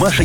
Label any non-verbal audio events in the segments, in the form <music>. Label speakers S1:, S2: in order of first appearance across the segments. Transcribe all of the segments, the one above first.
S1: Маша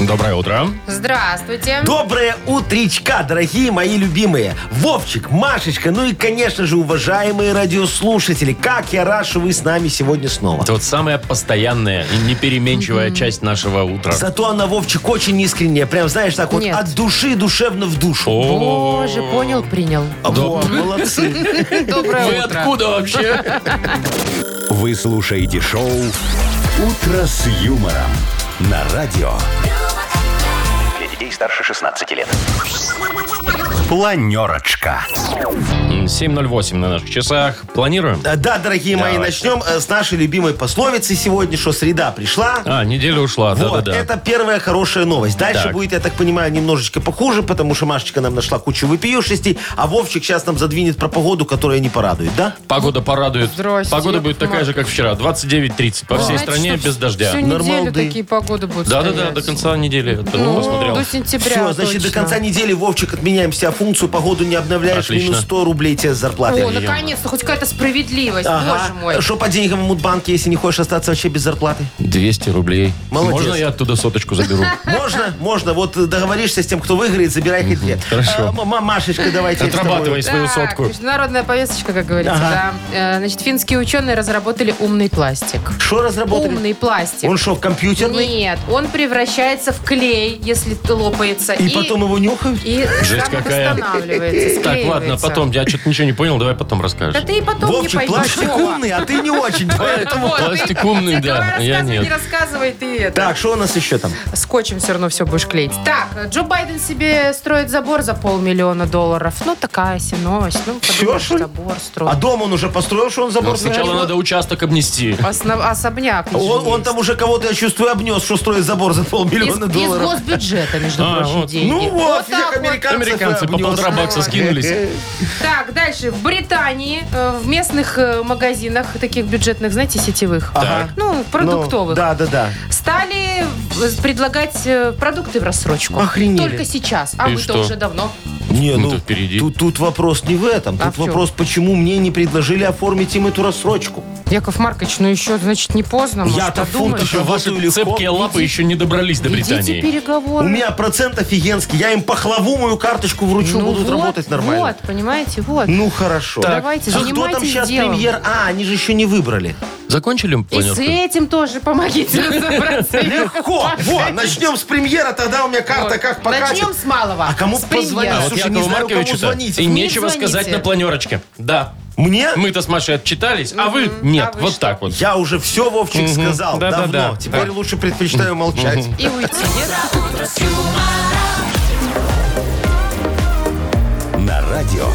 S2: Доброе утро.
S3: Здравствуйте.
S4: Доброе утречка, дорогие мои любимые. Вовчик, Машечка, ну и, конечно же, уважаемые радиослушатели. Как я рад, что вы с нами сегодня снова.
S2: Это вот самая постоянная и непеременчивая часть нашего утра.
S4: Зато она, Вовчик, очень искренняя. Прям, знаешь, так вот
S3: Нет.
S4: от души душевно в душу.
S2: О,
S3: Боже, понял, принял.
S4: Во, молодцы.
S3: Доброе
S2: Вы
S3: утро.
S2: откуда вообще?
S1: Вы слушаете шоу «Утро с юмором» на радио. Для детей старше 16 лет. Планерочка.
S2: 7.08 на наших часах. Планируем?
S4: А, Да, дорогие мои,
S2: Давай.
S4: начнем э, с нашей любимой пословицы сегодня, что среда пришла.
S2: А, неделя ушла,
S4: Вот,
S2: да-да-да.
S4: это первая хорошая новость. Дальше
S2: Так.
S4: будет, я так понимаю, немножечко похуже, потому что Машечка нам нашла кучу выпиюшестей, а Вовчик сейчас нам задвинет про погоду, которая не порадует, да?
S2: Погода порадует.
S3: Здрасте,
S2: Погода будет
S3: Яков
S2: такая же, как вчера. 29.30 по всей
S3: Знаете,
S2: стране
S3: что
S2: без дождя.
S3: Всю неделю
S4: Нормалды.
S3: такие погоды будут
S2: Да-да-да,
S3: стоять.
S2: до конца недели. Это
S3: Ну,
S2: посмотрел.
S3: до сентября
S4: Все, значит, до
S3: точно.
S4: конца недели, Вовчик, отменяем вся функцию, погоду не обновляешь,
S2: Отлично.
S4: минус 100 рублей тебе с зарплаты.
S3: О, наконец-то, хоть какая-то справедливость,
S4: Ага.
S3: боже мой.
S4: Что по деньгам в Мудбанке, если не хочешь остаться вообще без зарплаты?
S2: 200 рублей.
S4: Молодец.
S2: Можно я оттуда соточку заберу?
S4: Можно, можно. Вот э, договоришься с тем, кто выиграет, забирай хоть две.
S2: хорошо.
S4: А, м- м- Машечка, давайте. я с тобой.
S2: Отрабатывай свою
S3: Так,
S2: сотку.
S3: Международная повесточка, как говорится,
S4: Ага.
S3: да. Э, Значит, финские ученые разработали умный пластик.
S4: Что разработали?
S3: Умный пластик.
S4: Он что, компьютерный?
S3: Нет, он превращается в клей, если ты лопается.
S4: И потом его нюхают?
S3: И
S2: Жесть
S3: сам
S2: какая.
S3: восстанавливается,
S2: Так, ладно,
S3: <laughs> склеивается.
S2: потом. Я что-то ничего не понял, давай потом
S3: Да
S2: расскажешь.
S3: ты и потом не
S4: Вовчик,
S3: поймешь.
S4: пластик умный, а ты
S2: <laughs>
S4: не очень. поэтому-
S3: Вот, ты- <laughs>
S2: Пластик умный,
S3: ты
S2: Ну да,
S3: давай
S2: я
S3: рассказывай,
S2: нет. Ну,
S3: не рассказывай ты это.
S4: Так, что у нас еще там? А
S3: Скотчем все равно все будешь клеить. Так, Джо Байден себе строит забор за полмиллиона долларов. Ну, такая себе новость. Ну,
S4: Всё,
S3: подумаешь,
S4: что ли?
S3: забор
S4: А
S3: строит.
S4: дом он уже построил, что он
S2: Но
S4: забор
S2: Ну, Сначала
S4: занял?
S2: надо участок обнести.
S3: Основ- Особняк. еще
S4: Он, он
S3: есть.
S4: там уже кого-то, я чувствую, обнес, что строит забор за
S3: из,
S4: полмиллиона
S3: из
S4: долларов.
S3: госбюджета, между
S2: А,
S3: прочим,
S2: вот.
S3: деньги.
S4: Ну вот,
S3: так
S4: всех американцев
S2: Американцы по
S4: обнес.
S2: полтора бакса
S4: <laughs>
S2: скинулись.
S3: Так, дальше. В Британии э, в местных э, магазинах, таких бюджетных, знаете, сетевых,
S4: Ага.
S3: ну, продуктовых,
S4: Ну, Да, да, да.
S3: стали э, предлагать э, продукты в рассрочку.
S4: Охренели.
S3: Только сейчас. А
S2: И
S3: вы-то
S2: что?
S3: уже давно.
S4: Не,
S2: Мы
S4: ну,
S2: тут впереди.
S4: Тут, тут вопрос не в этом.
S3: А
S4: Тут
S3: в чем?
S4: вопрос, почему мне не предложили оформить им эту рассрочку.
S3: Яков Маркович, ну еще, значит, не поздно. может,
S4: Я-то
S3: подумаешь.
S4: фунт еще
S2: Ваши
S4: работаю легко.
S2: цепкие лапы еще не добрались до
S3: Идите
S2: Британии.
S4: У
S3: переговоры.
S4: меня процент офигенский. Я им пахлаву мою карточку вручу,
S3: Ну
S4: будут
S3: вот,
S4: работать нормально.
S3: Вот, понимаете, вот.
S4: Ну хорошо.
S3: Давайте,
S4: А кто там
S3: занимайтесь
S4: сейчас
S3: делом.
S4: премьер? А, они же еще
S3: <laughs>
S4: не выбрали.
S2: Закончили
S3: И с
S2: планерку?
S3: этим тоже
S4: <laughs>
S3: помогите разобраться.
S4: Легко. Вот, начнем с премьера, тогда у меня карта как покатит.
S3: Начнем с малого.
S4: А кому
S3: С премьера.
S4: позвонить?
S2: А вот
S4: Слушай, не
S2: Якову
S4: знаю, кому
S2: Марковичу-то
S4: звонить.
S2: и
S3: Не
S2: нечего
S3: звоните.
S2: сказать на планерочке. Да.
S4: Мне?
S2: Мы-то с Машей отчитались, а вы нет.
S3: А вы
S2: вот
S3: что?
S2: так вот.
S4: Я уже все, Вовчик, сказал
S2: Да-да-да.
S4: давно. Теперь
S2: Да.
S4: лучше предпочитаю молчать.
S3: И уйти.
S1: На радио.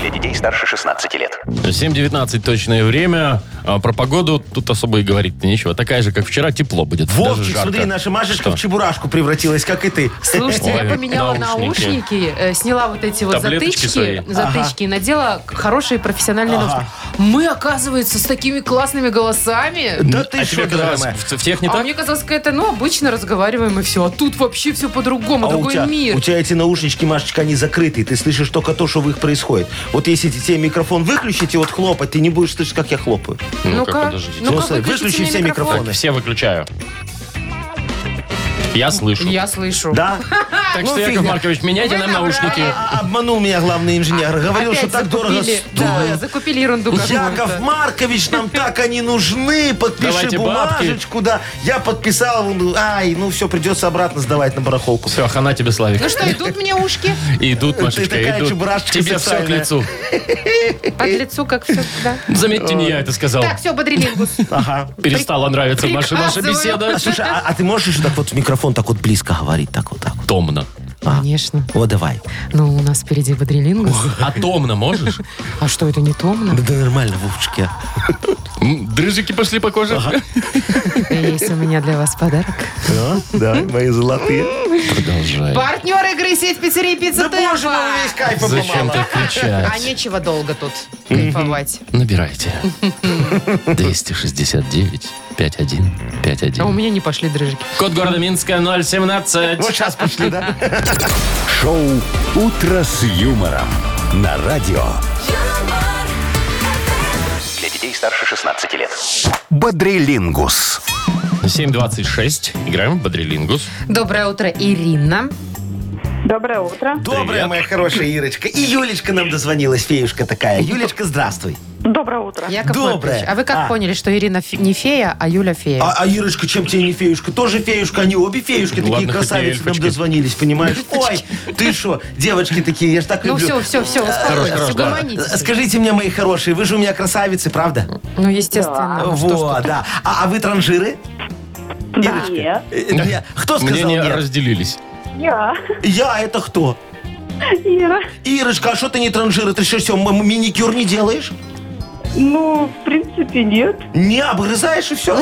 S1: Для детей старше 16 лет.
S2: 7.19 точное время. А про погоду тут особо и говорить нечего. Такая же, как вчера, тепло будет. даже
S4: Вовчик,
S2: жарко.
S4: смотри, наша Машечка
S2: Что?
S4: в чебурашку превратилась, как и ты.
S3: Слушайте,
S2: Ой,
S3: я поменяла
S2: наушники.
S3: наушники, э, сняла вот эти вот
S2: Таблеточки
S3: затычки,
S2: свои.
S3: затычки и надела хорошие профессиональные наушники. Мы, оказывается, с такими классными голосами.
S4: Да ты
S2: а
S4: что,
S2: тебе
S4: дорогая
S2: казалось,
S4: моя?
S2: в, в тех не
S3: А
S2: так?
S3: мне казалось, какая-то, ну, обычно разговариваем и все. А тут вообще все по-другому,
S4: А у
S3: другой
S4: тебя,
S3: мир.
S4: у тебя эти наушнички, Машечка, они закрыты. Ты слышишь только то, что в их происходит. Вот если те- тебе микрофон выключить и вот хлопать, ты не будешь слышать, как я хлопаю.
S2: Ну-ка,
S3: Ну-ка,
S2: подождите.
S3: ну-ка,
S4: Слушай,
S3: выключите
S4: выключи
S3: мне
S4: все
S3: микрофон.
S4: микрофоны.
S2: Все выключаю. Я слышу.
S3: Я слышу.
S4: Да?
S2: Так
S4: Ну,
S2: что, Яков
S4: фигня.
S2: Маркович, меняйте
S3: Вы
S2: нам
S3: набрали.
S2: наушники.
S4: А, Обманул меня главный инженер. Говорил,
S3: Опять
S4: что так дорого
S3: закупили- Да,
S4: стоит.
S3: закупили ерунду
S4: Яков
S3: какую-то.
S4: Маркович, нам так они нужны. Подпиши
S2: Давайте
S4: бумажечку, да. Я подписал, ну, ай, ну все, придется обратно сдавать на барахолку.
S2: Все, хана тебе, Славик.
S3: Ну что, идут мне ушки?
S2: Идут, Машечка,
S4: такая
S2: идут.
S4: чебурашечка
S2: Тебе все к
S4: социальная.
S2: лицу.
S3: Под лицу как все, да.
S2: Заметьте, не я это сказал.
S3: Так, все, бодрилингус.
S4: Ага.
S2: Перестала нравиться наша, наша
S3: Приказываю.
S2: беседа.
S4: А, Слушай, а, а ты можешь еще так вот в микрофон так вот близко говорить, так вот так вот?
S2: А Томно.
S3: Конечно.
S4: Вот давай.
S3: Ну, у нас впереди бодрилингус.
S2: А томно можешь?
S3: А что, это не томно?
S4: Да нормально, Вовчик. я.
S2: М, Дрыжики пошли по коже.
S3: Есть у меня для вас подарок.
S4: Да, А? да, мои золотые.
S2: Продолжай.
S3: Партнер игры сеть пиццерий Пицца
S4: Да боже мой, весь кайф
S2: Зачем
S4: обломала.
S2: так
S3: А
S2: кричать?
S3: нечего долго тут кайфовать.
S2: Набирайте. 269 5-1.
S3: А у
S2: 5-1.
S3: меня не пошли дрыжики.
S2: Код города Минска 017.
S4: Вот сейчас пошли, да?
S1: Шоу «Утро с юмором» на радио.
S5: юмор,
S6: Для детей старше 16 лет.
S1: Бодрилингус.
S2: 7.26. Играем в Бодрилингус.
S3: Доброе утро, Ирина.
S7: Доброе утро.
S4: Добрая
S2: Привет.
S4: моя хорошая Ирочка. И Юлечка нам дозвонилась, феюшка такая. Юлечка, здравствуй.
S7: Доброе утро.
S3: Яков
S4: Доброе.
S3: Маркович, а вы как
S4: А.
S3: поняли, что Ирина фе- не фея, а Юля фея?
S4: А, а Ирочка, чем тебе не феюшка? Тоже феюшка, они обе феюшки,
S2: Ну,
S4: такие
S2: ладно, хоть не
S4: красавицы нам
S2: эльфочки. <laughs>
S4: дозвонились, понимаешь? Ой, ты что, девочки такие, я ж так
S3: ну
S4: люблю. Э,
S3: все, все, все, успокойтесь,
S2: хорошо, да.
S3: угомонитесь.
S4: Скажите мне, мои хорошие, вы же у меня красавицы, правда?
S3: Ну, естественно. ну что ж
S4: вот,
S3: тут.
S4: да. А, а вы транжиры?
S7: Да, нет.
S4: Э, я- Кто сказал
S2: Мнения
S3: <laughs>
S4: нет?
S2: разделились.
S7: Я.
S4: Я это кто?
S7: <laughs> Ира.
S4: Ирочка, а что ты не транжира? Ты что, все, м- миникюр не делаешь?
S7: Ну, в принципе, нет.
S4: Не обгрызаешь и все?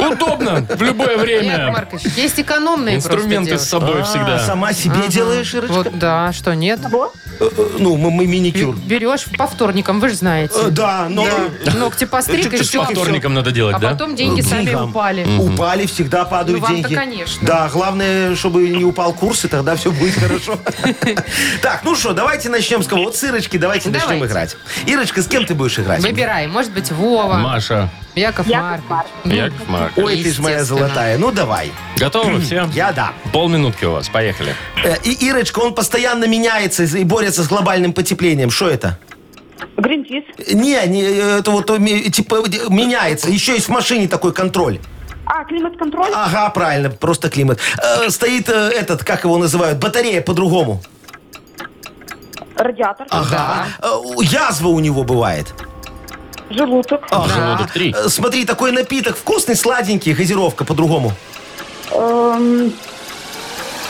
S2: Удобно. В любое
S3: Яков
S2: время.
S3: Маркович, есть экономные просто А,
S2: Инструменты с
S3: девушки.
S2: собой всегда.
S4: А, Сама себе делаешь, Ирочка?
S3: Вот, да, что нет?
S4: Э, э, Ну, мы, мы миникюр.
S3: Берешь по вторникам, вы же знаете.
S4: Э, Да, но...
S3: Ногти постриг и
S2: Что с
S3: все.
S2: по вторникам надо делать,
S3: А
S2: да?
S3: потом деньги сами
S4: Деньгам.
S3: упали.
S4: Упали, всегда падают
S3: Ну, вам-то,
S4: деньги.
S3: конечно.
S4: Да, главное, чтобы не упал курс, и тогда все будет
S3: <laughs>
S4: хорошо. Так, ну что, давайте начнем с кого? Вот с Ирочки давайте начнем
S3: Давайте.
S4: играть. Ирочка, с кем ты будешь играть?
S3: Выбирай, может быть, Вова,
S2: Маша,
S3: Яков,
S7: Яков
S3: Маркович. Ну,
S2: Яков Марк.
S4: Ой, ты ж моя
S3: естественно.
S4: золотая. Ну, давай.
S2: Готовы
S3: <clears throat>
S2: все?
S4: Я да.
S2: Полминутки у вас. Поехали.
S4: Э, И Ирочка, он постоянно меняется и борется с глобальным потеплением. Что это?
S7: Гринпис.
S4: Не, не, это вот э, типа э, меняется. Еще и в машине такой контроль.
S7: А, климат-контроль?
S4: Ага, правильно, просто климат. Э, Стоит э, этот, как его называют, батарея по-другому.
S7: Радиатор.
S4: Ага. Э, у- Язва у него бывает.
S7: Желудок.
S2: Желудок А, три.
S4: Э, Смотри, такой напиток вкусный, сладенький, газировка по-другому.
S7: Эм,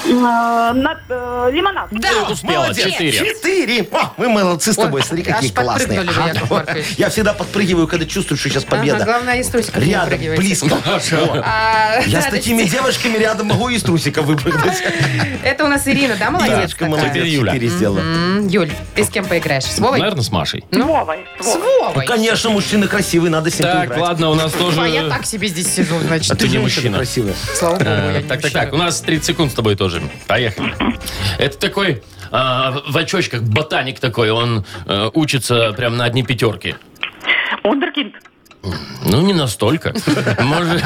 S7: э, на- э, Лимонад.
S3: Да,
S2: Успела.
S3: молодец.
S2: Четыре.
S4: Четыре. О, мы молодцы с тобой,
S3: Ой,
S4: смотри, какие
S3: аж
S4: классные.
S3: подпрыгнули вы, Яков Маркович.
S4: <laughs> Я всегда подпрыгиваю, когда чувствую, что сейчас победа.
S3: Ага, главное, из трусиков не
S4: Рядом,
S2: <laughs>
S3: выпрыгивайте.
S4: близко.
S3: А,
S4: Я с
S3: да,
S4: такими девушками рядом могу и из трусика выпрыгнуть.
S3: Это у нас Ирина, да, молодец
S4: Ирочка,
S3: такая?
S4: молодец,
S2: Теперь Юля.
S4: четыре сделала.
S3: М, Юль, ты с кем поиграешь? С Вовой?
S2: Наверное, с Машей.
S7: С Вовой. С
S3: С
S7: Вовой.
S4: Ну,
S3: Вовой.
S4: конечно, мужчина красивый, надо с ним
S2: Так,
S4: поиграть.
S2: ладно, у нас тоже...
S3: А я так себе здесь сижу, значит.
S2: А ты не
S4: Женщина
S2: мужчина.
S4: красивая.
S3: Слава богу, я
S2: Э, Так,
S3: не
S2: так,
S3: мужчина.
S2: так. У нас 30 секунд с тобой тоже. Поехали. Это такой а, в очочках ботаник такой. Он э, учится прям на одни пятерки.
S7: Вундеркинд.
S2: Ну, не настолько. Может,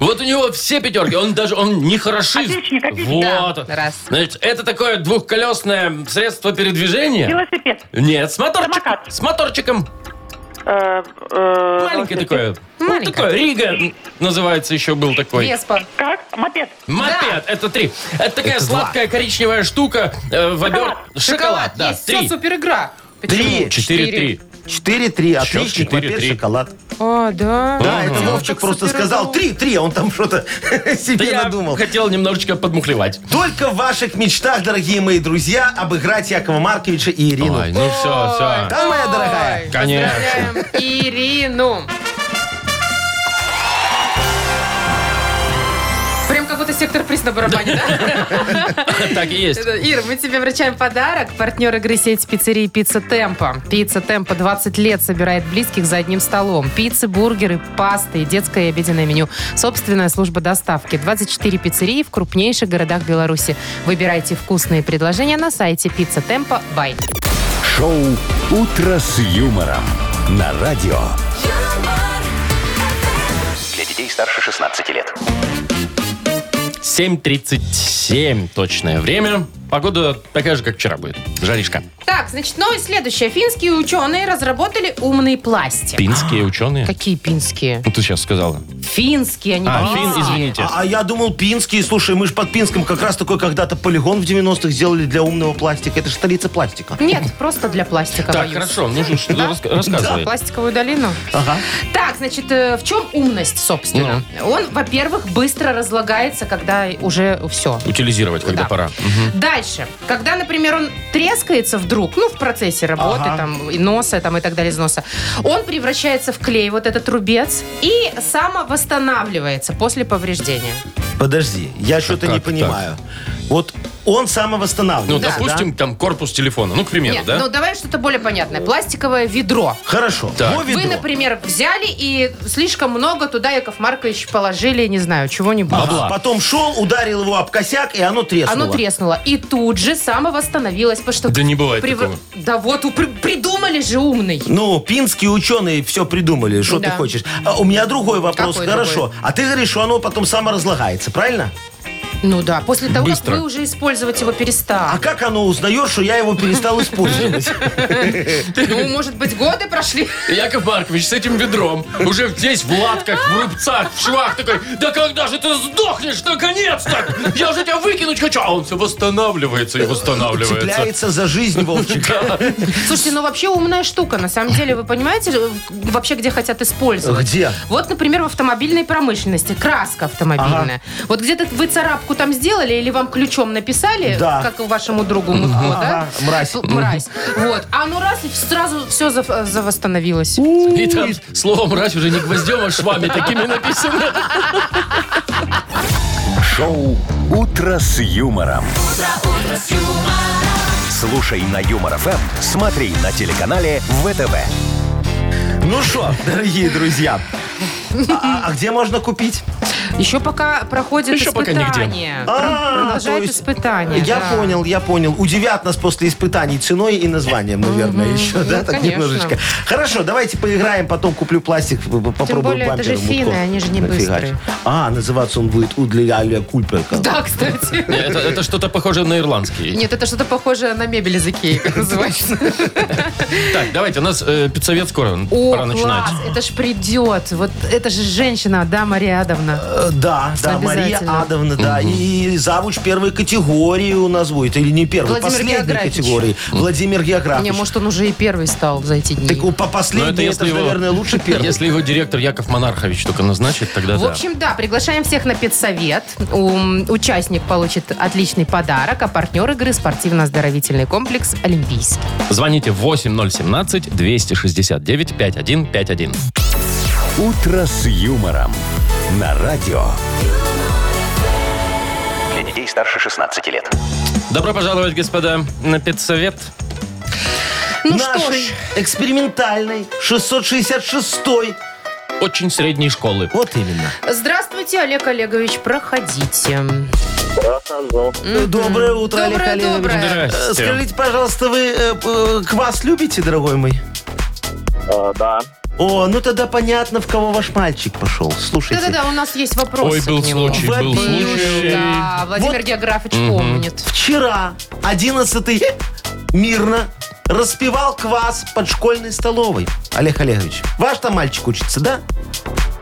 S2: вот у него все пятерки. Он даже, он не хорошист.
S7: Отличник, отличник,
S2: Вот.
S3: да. Раз.
S2: Значит, это такое двухколесное средство передвижения.
S7: Велосипед.
S2: Нет, с моторчиком.
S7: Самокат.
S2: С моторчиком.
S7: Э, э,
S2: Маленькое
S7: велосипед.
S2: такое. Ну,
S3: Маленькое.
S2: такое. Рига м, называется еще был такой.
S3: Веспа.
S7: Как? Мопед.
S2: Мопед, это три. Это такая
S4: Это два.
S2: сладкая коричневая штука. э, в обер- Шоколад. да,
S3: есть.
S2: три.
S3: Все, супер игра.
S4: Три.
S2: Четыре-три.
S4: Четыре-три. Отличник,
S2: четыре,
S4: мопед,
S2: три.
S4: шоколад.
S3: А, да.
S4: Да, это
S3: Дело
S4: Вовчик
S3: так
S4: просто
S3: супер
S4: сказал
S3: играл.
S4: три-три, он там что-то <laughs>
S2: Да
S4: себе
S2: я
S4: надумал.
S2: хотел немножечко подмухлевать.
S4: Только в ваших мечтах, дорогие мои друзья, обыграть Якова Марковича и Ирину.
S2: Ой, ну все, все.
S4: Да, моя дорогая?
S3: Ой,
S2: Конечно. <laughs>
S3: поздравляем Ирину. Прям как будто сектор приз на барабане, да?
S2: Так и есть.
S3: Это, Ир, мы тебе вручаем подарок. Партнер игры сеть пиццерии «Пицца Темпа». «Пицца Темпа» 20 лет собирает близких за одним столом. Пиццы, бургеры, пасты, детское и обеденное меню. Собственная служба доставки. 24 пиццерии в крупнейших городах Беларуси. Выбирайте вкусные предложения на сайте «Пицца Темпа. Бай».
S1: Шоу «Утро с юмором» на радио.
S5: юмор,
S6: Для детей старше 16 лет.
S2: 7.37 точное время. Погода такая же, как вчера будет. Жаришка.
S3: Так, значит, новость следующая. Финские ученые разработали умный пластик.
S2: Пинские ученые.
S3: Какие пинские?
S2: Ну, Ты сейчас сказала.
S3: Финские, они.
S2: А, фин, извините.
S4: А, а я думал, Пинский, слушай, мы же под Пинском как раз такой когда-то полигон в 90-х сделали для умного пластика. Это же столица пластика.
S3: Нет, просто для пластика.
S2: Так,
S3: боюсь.
S2: хорошо, ну что,
S3: Да?
S2: рас- рассказывай.
S3: Да, пластиковую долину.
S4: Ага.
S3: Так, значит, э, в чем умность, собственно?
S2: Ну.
S3: Он, во-первых, быстро разлагается, когда уже все.
S2: Утилизировать, когда
S3: Да.
S2: пора. Мгм.
S3: Дальше. Когда, например, он трескается вдруг, ну, в процессе работы,
S4: Ага.
S3: там, и носа, там, и так далее, из носа, он превращается в клей, вот этот рубец, и самовосстанавливается после повреждения.
S4: Подожди, я что-то не
S2: как
S4: понимаю. Вот он самовосстанавливается.
S2: Ну,
S4: да?
S2: допустим, там корпус телефона. Ну, к примеру,
S3: Нет,
S2: да?
S3: ну давай что-то более понятное. Пластиковое ведро.
S4: Хорошо.
S2: Так.
S4: Во ведро.
S3: Вы, например, взяли и слишком много туда, Яков Маркович, положили, не знаю, чего-нибудь.
S2: Ага.
S4: А
S2: Бабла.
S4: Потом шел, ударил его об косяк, и оно треснуло.
S3: Оно треснуло. И тут же самовосстановилось, потому что...
S2: Да не бывает
S3: прив-
S2: такого.
S3: Да вот, упр- придумали же умный.
S4: Ну, пинские ученые все придумали, что
S3: Да.
S4: ты хочешь. А у меня другой вопрос,
S3: Какой
S4: хорошо.
S3: другой?
S4: А ты говоришь, что оно потом саморазлагается, правильно?
S3: Ну да, после того,
S2: Быстро.
S3: как вы уже использовать его
S4: А
S3: перестали.
S4: как оно узнаешь, что я
S3: <laughs>
S4: его перестал использовать?
S3: Ну, может быть, годы прошли. <laughs>
S2: Яков Маркович с этим ведром уже здесь в латках, в рубцах, в швах такой, да когда же ты сдохнешь наконец-то? Я уже тебя выкинуть хочу. А он все восстанавливается и восстанавливается.
S4: Цепляется за жизнь, Вовчик.
S3: Слушайте, ну вообще умная штука. На самом деле, вы понимаете, э, вообще где хотят использовать?
S4: Где?
S3: Вот, например, в автомобильной промышленности. Краска автомобильная. Вот где-то вы царапку там сделали или вам ключом написали,
S4: Да.
S3: как вашему другу Мутко, да?
S4: Ага, мразь.
S3: Фу, Мразь. Вот. А ну раз, и сразу все завосстановилось.
S2: И там слово «мразь» уже не гвоздем, а швами такими написано.
S1: Шоу «Утро с юмором». Слушай на Юмор ФМ, смотри на телеканале ВТВ.
S4: Ну что, дорогие друзья, а а где можно купить?
S3: Еще пока проходит
S2: Еще пока нигде.
S3: испытание.
S4: А,
S3: Продолжает
S4: то есть-
S3: испытание.
S4: Я
S3: да.
S4: понял, я понял. Удивят нас после испытаний ценой и названием, наверное, еще, да,
S3: ну,
S4: так
S3: конечно.
S4: немножечко. Хорошо, давайте поиграем, потом куплю пластик, п- п- попробую
S3: более это
S4: бампером
S3: же
S4: Мутко
S3: финны, они же не
S4: нафигачить.
S3: быстрые.
S4: А, называться он будет Удли Кульперка.
S3: Да, кстати.
S2: Это, это что-то похоже на ирландский.
S3: Нет, это что-то похожее на мебель из Икеи, как называется.
S2: Так, давайте, у нас э, педсовет скоро,
S3: <laughs> О,
S2: пора начинать.
S3: класс, это ж придет. Вот это же женщина, да, Мария Адовна?
S4: Э, Да, да, Мария
S3: Обязательно.
S4: Адовна, да. И завуч первой категории у нас будет. Или не первой,
S3: Владимир
S4: последней
S3: Географич.
S4: категории. Владимир
S3: Не,
S4: Географович.
S3: может, он уже и первый стал за эти дни.
S4: Так у- по
S2: Но
S4: последней, это,
S2: Ну, если
S4: ж,
S2: его- <laughs>
S4: наверное, лучше первой.
S2: Если его директор Яков Монархович только назначит, тогда
S3: В
S2: да.
S3: общем, да, приглашаем всех на педсовет. У- Участник получит отличный подарок, а партнер игры – спортивно-оздоровительный комплекс «Олимпийский».
S2: Звоните 8017-269-5151.
S1: «Утро с юмором» на радио.
S6: Для детей старше 16 лет.
S2: Добро пожаловать, господа, на педсовет.
S3: Ну
S4: Нашей экспериментальной 666-й.
S2: Очень средней школы.
S4: Вот именно.
S3: Здравствуйте, Олег Олегович, проходите.
S4: Э, Доброе утро, Олег
S3: Доброе,
S4: Олегович.
S3: доброе.
S4: Э,
S2: Здрасте.
S4: Скажите, пожалуйста, вы э, п- э, квас любите, дорогой мой?
S8: да.
S4: О, ну тогда понятно, в кого ваш мальчик пошел. Слушайте.
S3: Да-да-да, у нас есть вопросы
S2: Ой, был
S3: к нему.
S2: случай,
S4: был
S2: был
S3: Был,
S2: случай.
S3: да, Владимир
S4: Вот.
S3: Географович помнит.
S4: Вчера 11 мирно распивал квас под школьной столовой. Олег Олегович, ваш там мальчик учится, да?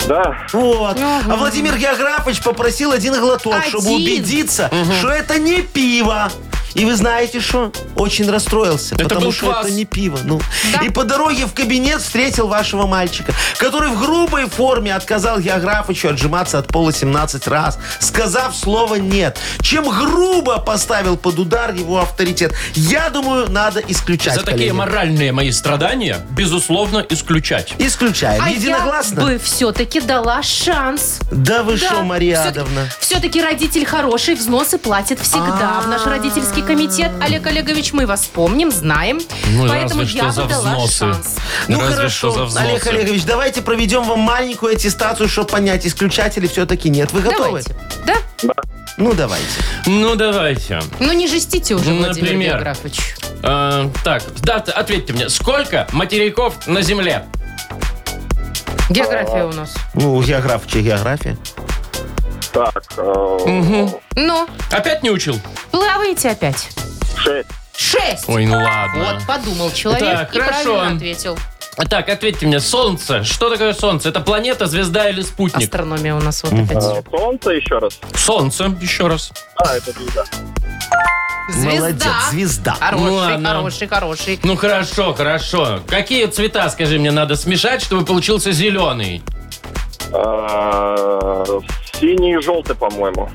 S8: Да.
S4: Вот. А Владимир Географович попросил один глоток, чтобы
S3: Один?
S4: убедиться, что это не пиво. И вы знаете что? Очень расстроился,
S2: Это
S4: потому
S2: был
S4: что
S2: квас.
S4: это не пиво. Ну.
S3: Да.
S4: И по дороге в кабинет встретил вашего мальчика, который в грубой форме отказал Географовичу отжиматься от пола 17 раз, сказав слово «нет», чем грубо поставил под удар его авторитет. Я думаю, надо исключать,
S2: За такие
S4: коллеги.
S2: моральные мои страдания, безусловно, исключать.
S4: Исключаем.
S3: А
S4: Единогласно?
S3: я бы все-таки дала шанс.
S4: Да вы что,
S3: Да,
S4: Мария
S3: всё-таки-
S4: Адовна?
S3: Все-таки родитель хороший, взносы платит всегда
S4: А-а-а.
S3: в наш родительский комитет. Олег Олегович, мы вас помним, знаем.
S2: Ну,
S3: Поэтому
S2: разве
S3: я
S2: что за
S3: бы дала
S2: взносы.
S3: шанс.
S4: Ну
S2: Разве
S4: хорошо,
S2: что за взносы.
S4: Олег Олегович, давайте проведем вам маленькую аттестацию, чтобы понять, исключать или все-таки нет. Вы готовы?
S3: Давайте. Да?
S4: Ну давайте.
S2: Ну, давайте.
S3: Ну не жестите уже, Владимир
S2: Например.
S3: Географович.
S2: Э, так, да, т- ответьте мне, сколько материков на Земле?
S3: География у нас.
S4: Ну, география, география.
S8: Так,
S3: Ну,
S2: Опять не учил?
S3: плаваете опять.
S8: шесть.
S3: Шесть.
S2: Ой, ну ладно.
S3: Вот подумал человек
S2: Так,
S3: и
S2: хорошо.
S3: правильно ответил.
S2: Так, ответьте мне, Солнце. Что такое Солнце? Это планета, звезда или спутник?
S3: Астрономия у нас вот опять.
S8: солнце еще раз.
S2: Солнце, еще раз.
S8: А, это звезда.
S4: Молодец,
S3: Звезда.
S4: звезда.
S3: Хороший,
S2: Ну ладно.
S3: хороший, хороший.
S2: Ну хорошо, хорошо. Какие цвета, скажи мне, надо смешать, чтобы получился зеленый?
S8: А, Э, Синий и желтый, по-моему.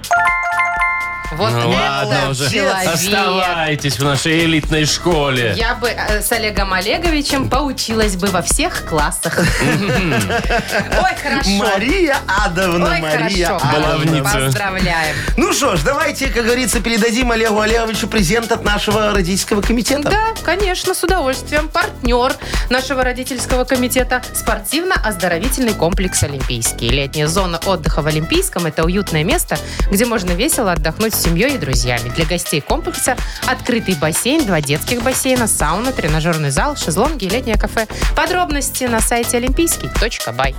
S3: Вот
S2: Ну
S3: это
S2: ладно уже.
S3: человек.
S2: Оставайтесь в нашей элитной школе.
S3: Я бы э, с Олегом Олеговичем поучилась бы во всех классах. Ой, хорошо.
S4: Мария Адовна,
S3: Ой,
S4: Мария
S3: хорошо. А.
S4: Адовна.
S2: Баловница.
S3: Поздравляем.
S4: Ну что ж, давайте, как говорится, передадим Олегу Олеговичу презент от нашего родительского комитета.
S3: Да, конечно, с удовольствием. Партнер нашего родительского комитета – спортивно-оздоровительный комплекс «Олимпийский». Летняя зона отдыха в Олимпийском – это уютное место, где можно весело отдохнуть с семьей и друзьями. Для гостей комплекса – открытый бассейн, два детских бассейна, сауна, тренажерный зал, шезлонги и летнее кафе. Подробности на сайте олимпийский.бай.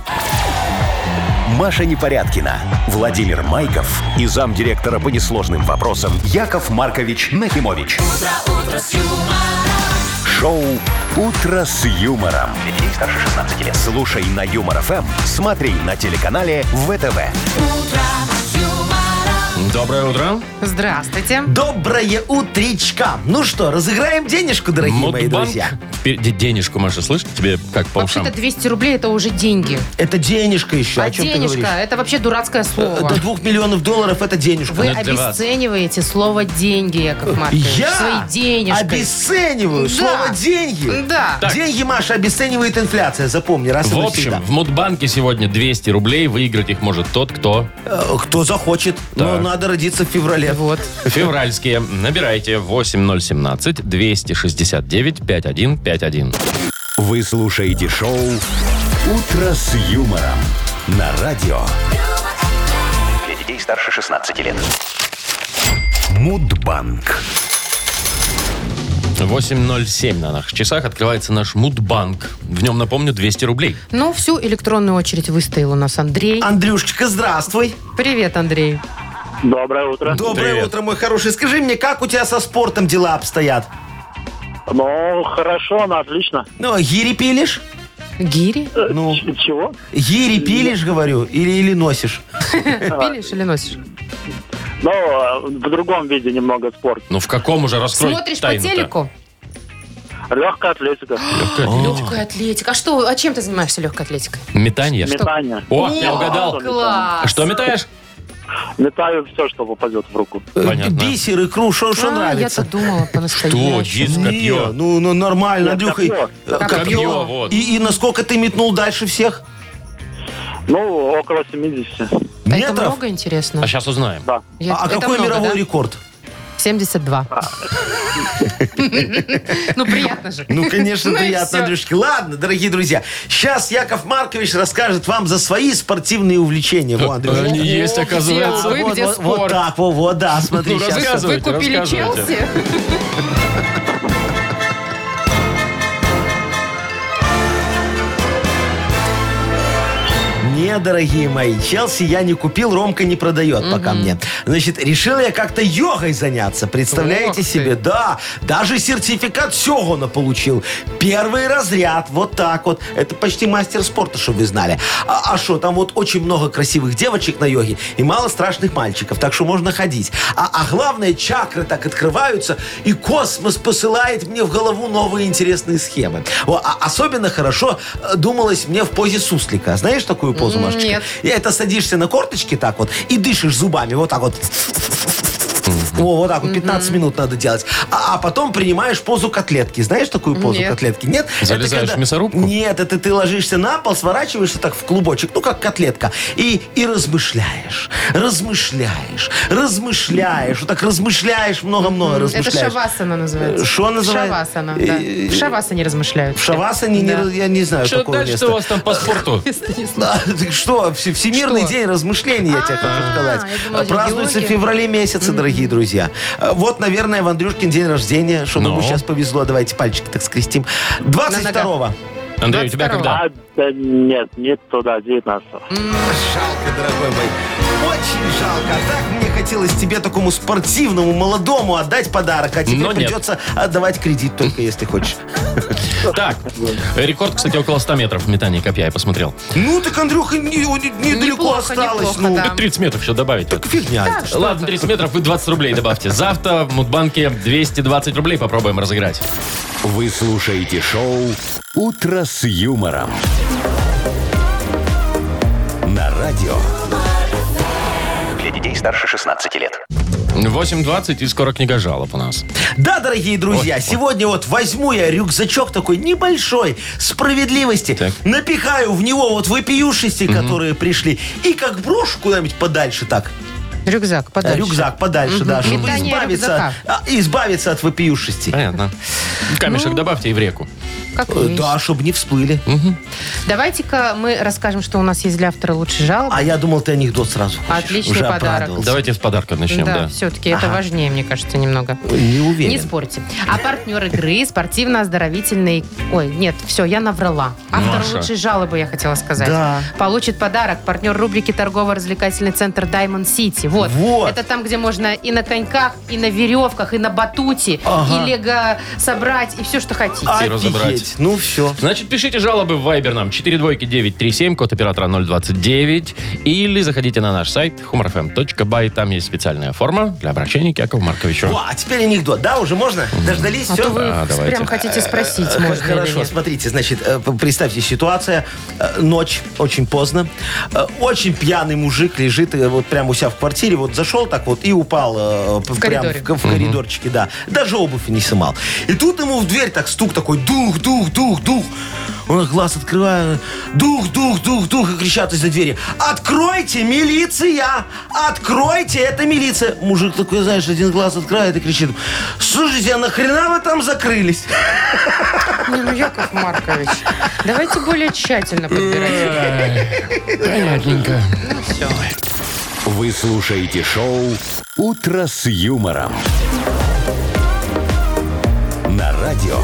S1: Маша Непорядкина, Владимир Майков и замдиректора по несложным вопросам Яков Маркович Нахимович. Шоу Утро с юмором. Детей старше 16 лет. Слушай на юмор ФМ, смотри на телеканале ВТВ.
S2: Доброе утро.
S3: Здравствуйте.
S4: Доброе утречка. Ну что, разыграем денежку, дорогие мои
S2: Мудбанк.
S4: друзья?
S2: Впер- де- Денежку, Маша, слышишь? Тебе как по ушам?
S3: Вообще-то 200 рублей – это уже деньги.
S4: Это денежка еще,
S3: А
S4: о чем ты
S3: денежка –
S4: говоришь?
S3: это вообще дурацкое
S4: Э,
S3: слово.
S4: До двух миллионов долларов это денежка.
S3: Вы
S2: Ну, это для вас.
S3: обесцениваете слово деньги, Яков Маркович.
S4: Я
S3: Свои денежки.
S4: обесцениваю
S3: Да.
S4: слово деньги.
S3: Да.
S2: Так.
S4: Деньги, Маша, обесценивает инфляция, запомни, раз и
S2: В
S4: навсегда.
S2: общем, в Мудбанке сегодня 200 рублей. Выиграть их может тот,
S4: <laughs>
S2: кто
S4: Э, Кто захочет, но
S2: Так.
S4: надо родиться в феврале.
S3: Вот.
S2: февральские. Набирайте 8017-269-5151.
S1: Вы слушаете шоу Утро с юмором на радио
S6: Для детей старше 16 лет.
S1: Мудбанк.
S2: 8.07 на наших часах открывается наш Мудбанк. В нем, напомню, 200 рублей.
S3: Ну, всю электронную очередь выстоял у нас Андрей.
S4: А- Андрюшечка, здравствуй.
S3: Привет, Андрей.
S8: Доброе утро.
S4: Доброе
S2: Привет.
S4: утро, мой хороший. Скажи мне, как у тебя со спортом дела обстоят?
S8: Ну, хорошо, ну, отлично.
S4: Ну, гири пилишь?
S3: Гири?
S8: Э,
S4: Ну.
S8: <laughs> ч- Чего?
S4: Гири пилишь, говорю, или, или носишь?
S3: Пилишь или носишь?
S8: А, Ну, э, в другом виде немного спорт.
S2: Ну в каком уже раскрой
S3: Смотришь по
S2: тайну-то?
S3: телеку?
S8: Легкая атлетика.
S3: Легкая атлетика. А что, а чем ты занимаешься легкой атлетикой?
S2: Метание? Что?
S8: Метание.
S2: О, я угадал.
S3: Класс.
S2: Что метаешь?
S8: Метаю все, что попадет в руку.
S4: Э,
S2: Понятно.
S4: Бисер, икру, что
S3: А,
S4: нравится?
S3: Я-то думала
S2: Что,
S3: по-настоящему.
S2: диск,
S4: Не,
S2: копье?
S4: ну, ну нормально,
S8: Нет,
S4: Андрюха.
S8: копье.
S4: Э,
S3: Копье.
S2: Копье, вот.
S4: И, и насколько ты метнул дальше всех?
S8: Ну, около 70.
S3: А Это
S4: Метров?
S3: много интересно.
S2: А сейчас узнаем.
S8: Да.
S3: Я-
S4: А, а
S3: это
S4: какой
S3: много,
S4: мировой
S3: да? <laughs>
S4: рекорд?
S3: 72. <laughs> Ну, приятно же.
S4: Ну, конечно,
S3: Ну и всё.
S4: приятно, Андрюшки. Ладно, дорогие друзья, сейчас Яков Маркович расскажет вам за свои спортивные увлечения. Во, Андрюшечка.
S2: Они есть, оказывается.
S3: Вы где
S4: вот,
S3: спорт?
S4: вот так, вот, вот, да, смотри,
S2: Ну,
S4: щас.
S2: рассказывай.
S3: Вы
S2: Рассказывайте,
S3: купили
S2: рассказывайте.
S3: Челси?
S4: Не, дорогие мои, Челси я не купил, Ромка не продает пока мне. Значит, решил я как-то йогой заняться,
S3: Ох
S4: представляете
S3: ты.
S4: себе? Да, даже сертификат Сёгуна получил. Первый разряд, вот так вот. Это почти мастер спорта, чтобы вы знали. А что, там вот очень много красивых девочек на йоге и мало страшных мальчиков, так что можно ходить. А, а главное, чакры так открываются, и космос посылает мне в голову новые интересные схемы. О, а особенно хорошо э, думалось мне в позе суслика. Знаешь такую позу, Машечка?
S3: Нет.
S4: И это садишься на корточки так вот и дышишь зубами вот так вот. О, вот так вот, 15 минут надо делать. А, а потом принимаешь позу котлетки. Знаешь такую позу
S3: Нет.
S4: котлетки? Нет? Это
S2: Залезаешь в мясорубку?
S4: Нет, это ты ложишься на пол, сворачиваешься так в клубочек, ну как котлетка, и, и размышляешь, размышляешь, размышляешь, вот так размышляешь, много-много
S3: Это
S4: размышляешь.
S3: шавасана называется.
S4: Шо называется?
S3: Шавасана, да.
S4: Э,
S3: В шавасане размышляют.
S4: В Шавасане, не
S3: Да.
S4: раз- я не знаю
S2: Что
S4: такого
S2: дальше
S4: места.
S2: у вас там по спорту?
S4: Да, <laughs> так что, вс- Всемирный
S3: Что?
S4: день размышлений, я тебе хочу
S3: А,
S4: сказать.
S3: я думала,
S4: Празднуется в
S3: йоги.
S4: феврале месяце, дорогие друзья. А, Вот, наверное, в Андрюшкин день рождения, чтобы
S2: Ну.
S4: ему сейчас повезло. Давайте пальчики так скрестим. 22-го.
S2: Андрей, у тебя
S3: 22-го.
S2: когда?
S8: А, да нет, не туда, 19
S4: Жалко, дорогой мой. Очень жалко. А так мне хотелось тебе такому спортивному, молодому отдать подарок. А
S2: Но
S4: теперь
S2: нет.
S4: придется отдавать кредит только если хочешь.
S2: Так, рекорд, кстати, около 100 метров в метании копья, я посмотрел.
S4: Ну так, Андрюха, не- не- недалеко
S3: Неплохо,
S4: осталось.
S3: неплохо,
S4: Ну,
S3: да.
S2: 30 метров еще добавить.
S4: так фигня. это.
S2: Ладно, 30 метров, вы 20 рублей добавьте. Завтра в Мудбанке 220 рублей попробуем разыграть.
S1: Вы слушаете шоу «Утро с юмором» на радио
S6: Для детей старше 16 лет.
S2: 8.20 и скоро книга жалоб у нас.
S4: Да, дорогие друзья, сегодня вот возьму я рюкзачок такой небольшой, справедливости,
S2: Так.
S4: напихаю в него вот вопиюшисти, которые пришли, и как брошу куда-нибудь подальше так,
S3: Рюкзак подальше.
S4: Э, рюкзак подальше, да,
S3: Мгм.
S4: чтобы
S3: Метание рюкзака.
S4: избавиться, а, избавиться от вопиюшисти.
S2: Понятно. Камешек добавьте и в реку.
S3: Как
S4: Э,
S3: вещь.
S4: Да, чтобы не всплыли.
S3: Давайте-ка мы расскажем, что у нас есть для автора лучшей жалобы.
S4: А я думал, ты анекдот сразу хочешь.
S3: Отличный
S4: Уже
S3: подарок.
S4: обрадовался.
S2: Давайте с подарка начнем, да.
S3: все-таки это важнее, мне кажется, немного.
S4: Не уверен.
S3: Не спорьте. А партнер игры спортивно-оздоровительный... Ой, нет, все, я наврала. Автор
S2: Маша.
S3: лучшей жалобы, я хотела сказать.
S4: Да.
S3: Получит подарок партнер рубрики торгово-развлекательный центр Diamond City. Вот.
S4: Вот.
S3: Это там, где можно и на коньках, и на веревках, и на батуте,
S4: Ага.
S3: и лего собрать, и все, что хотите.
S2: А- разобрать.
S4: Офигеть. Ну все.
S2: Значит, пишите жалобы в Viber нам 42937, код оператора 029, или заходите на наш сайт humorfm.by, там есть специальная форма для обращения к Якову Марковичу.
S4: О, а теперь анекдот. Да, уже можно? Дождались?
S3: А
S4: все?
S3: то вы
S2: Да,
S3: прям
S2: давайте.
S3: хотите спросить,
S4: Э,
S3: можно или
S4: Хорошо,
S3: нет.
S4: смотрите, значит, э, п- представьте ситуация. Э, Ночь, очень поздно. Э, Очень пьяный мужик лежит э, вот прямо у себя в квартире. Вот зашел так вот и упал э, п- прям
S3: коридоре.
S4: в, ко- в коридорчике, да. Даже обувь не снимал. И тут ему в дверь так стук такой, дух, дух, дух, дух. Он глаз открывает, дух, дух, дух, дух, и кричат из-за двери. Откройте, милиция! Откройте, это милиция! Мужик такой, знаешь, один глаз открывает и кричит, слушайте, а нахрена вы там закрылись?
S3: Не, ну, Яков Маркович, давайте более тщательно подбирать.
S2: Понятненько.
S1: Вы слушаете шоу «Утро с юмором». На радио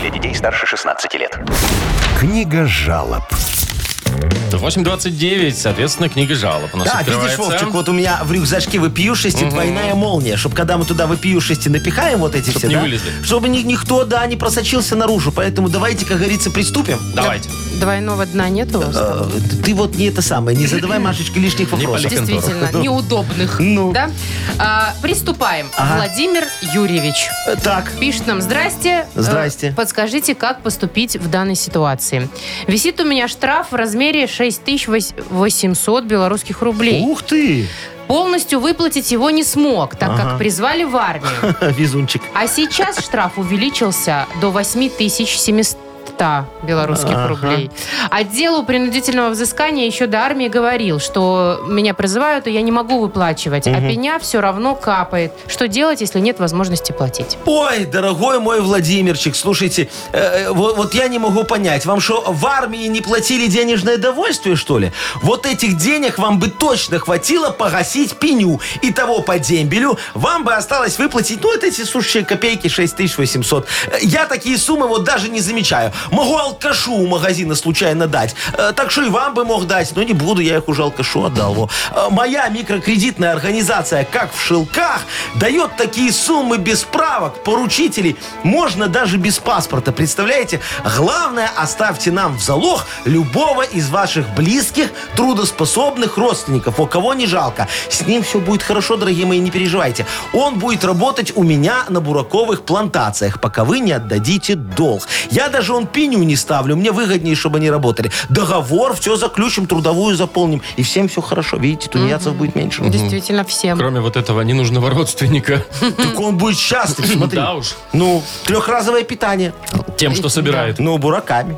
S6: Для детей старше 16 лет.
S1: «Книга жалоб».
S2: 8.29, соответственно, книга жалоб у нас
S4: Да, видишь,
S2: открывается.
S4: Вовчик, вот у меня в рюкзачке вопиюшести двойная молния, чтобы когда мы туда вопиюшести напихаем вот эти все,
S2: не
S4: да,
S2: вылезли.
S4: чтобы ни- никто, да, не просочился наружу. Поэтому давайте, как говорится, приступим.
S2: Давайте.
S3: Двойного дна нет у вас?
S4: Э, Ты вот не это самое, не
S2: <laughs>
S4: задавай, Машечка, лишних вопросов.
S2: полез.
S3: Действительно,
S4: <laughs> Ну.
S3: неудобных.
S4: Ну.
S3: Да? А, приступаем.
S4: Ага.
S3: Владимир Юрьевич
S4: Э, Так,
S3: пишет нам, здрасте.
S4: Здрасте.
S3: Э, Подскажите, как поступить в данной ситуации. Висит у меня штраф в размере 6800 белорусских рублей.
S4: ух ты,
S3: Полностью выплатить его не смог, так как призвали в армию.
S4: <laughs> везунчик.
S3: А сейчас штраф увеличился до 8700 белорусских
S4: Ага.
S3: рублей. Отделу принудительного взыскания еще до армии говорил, что меня призывают, и я не могу выплачивать, а пеня все равно капает. Что делать, если нет возможности платить?
S4: Ой, дорогой мой Владимирчик, слушайте, э, э, вот, вот я не могу понять, вам что, в армии не платили денежное довольствие, что ли? Вот этих денег вам бы точно хватило погасить пеню. И того по дембелю вам бы осталось выплатить, ну, вот эти сущие копейки 6800. Э, Я такие суммы вот даже не замечаю. Могу алкашу у магазина случайно дать. Э, Так что и вам бы мог дать, но не буду, я их уже алкашу отдал. во. Э, Моя микрокредитная организация, как в шелках, дает такие суммы без правок, поручителей, можно даже без паспорта, представляете? Главное, оставьте нам в залог любого из ваших близких, трудоспособных родственников, у кого не жалко. С ним все будет хорошо, дорогие мои, не переживайте. Он будет работать у меня на бураковых плантациях, пока вы не отдадите долг. Я даже он пеню не ставлю, мне выгоднее, чтобы они работали. Договор, все заключим, трудовую заполним, и всем все хорошо. Видите, тунеядцев будет меньше.
S3: Действительно, всем.
S2: Кроме вот этого ненужного родственника.
S4: Так он
S2: <laughs>
S4: будет счастлив, смотри.
S2: Да уж.
S4: Ну, трехразовое питание.
S2: Тем, что собирает.
S4: Ну, бураками.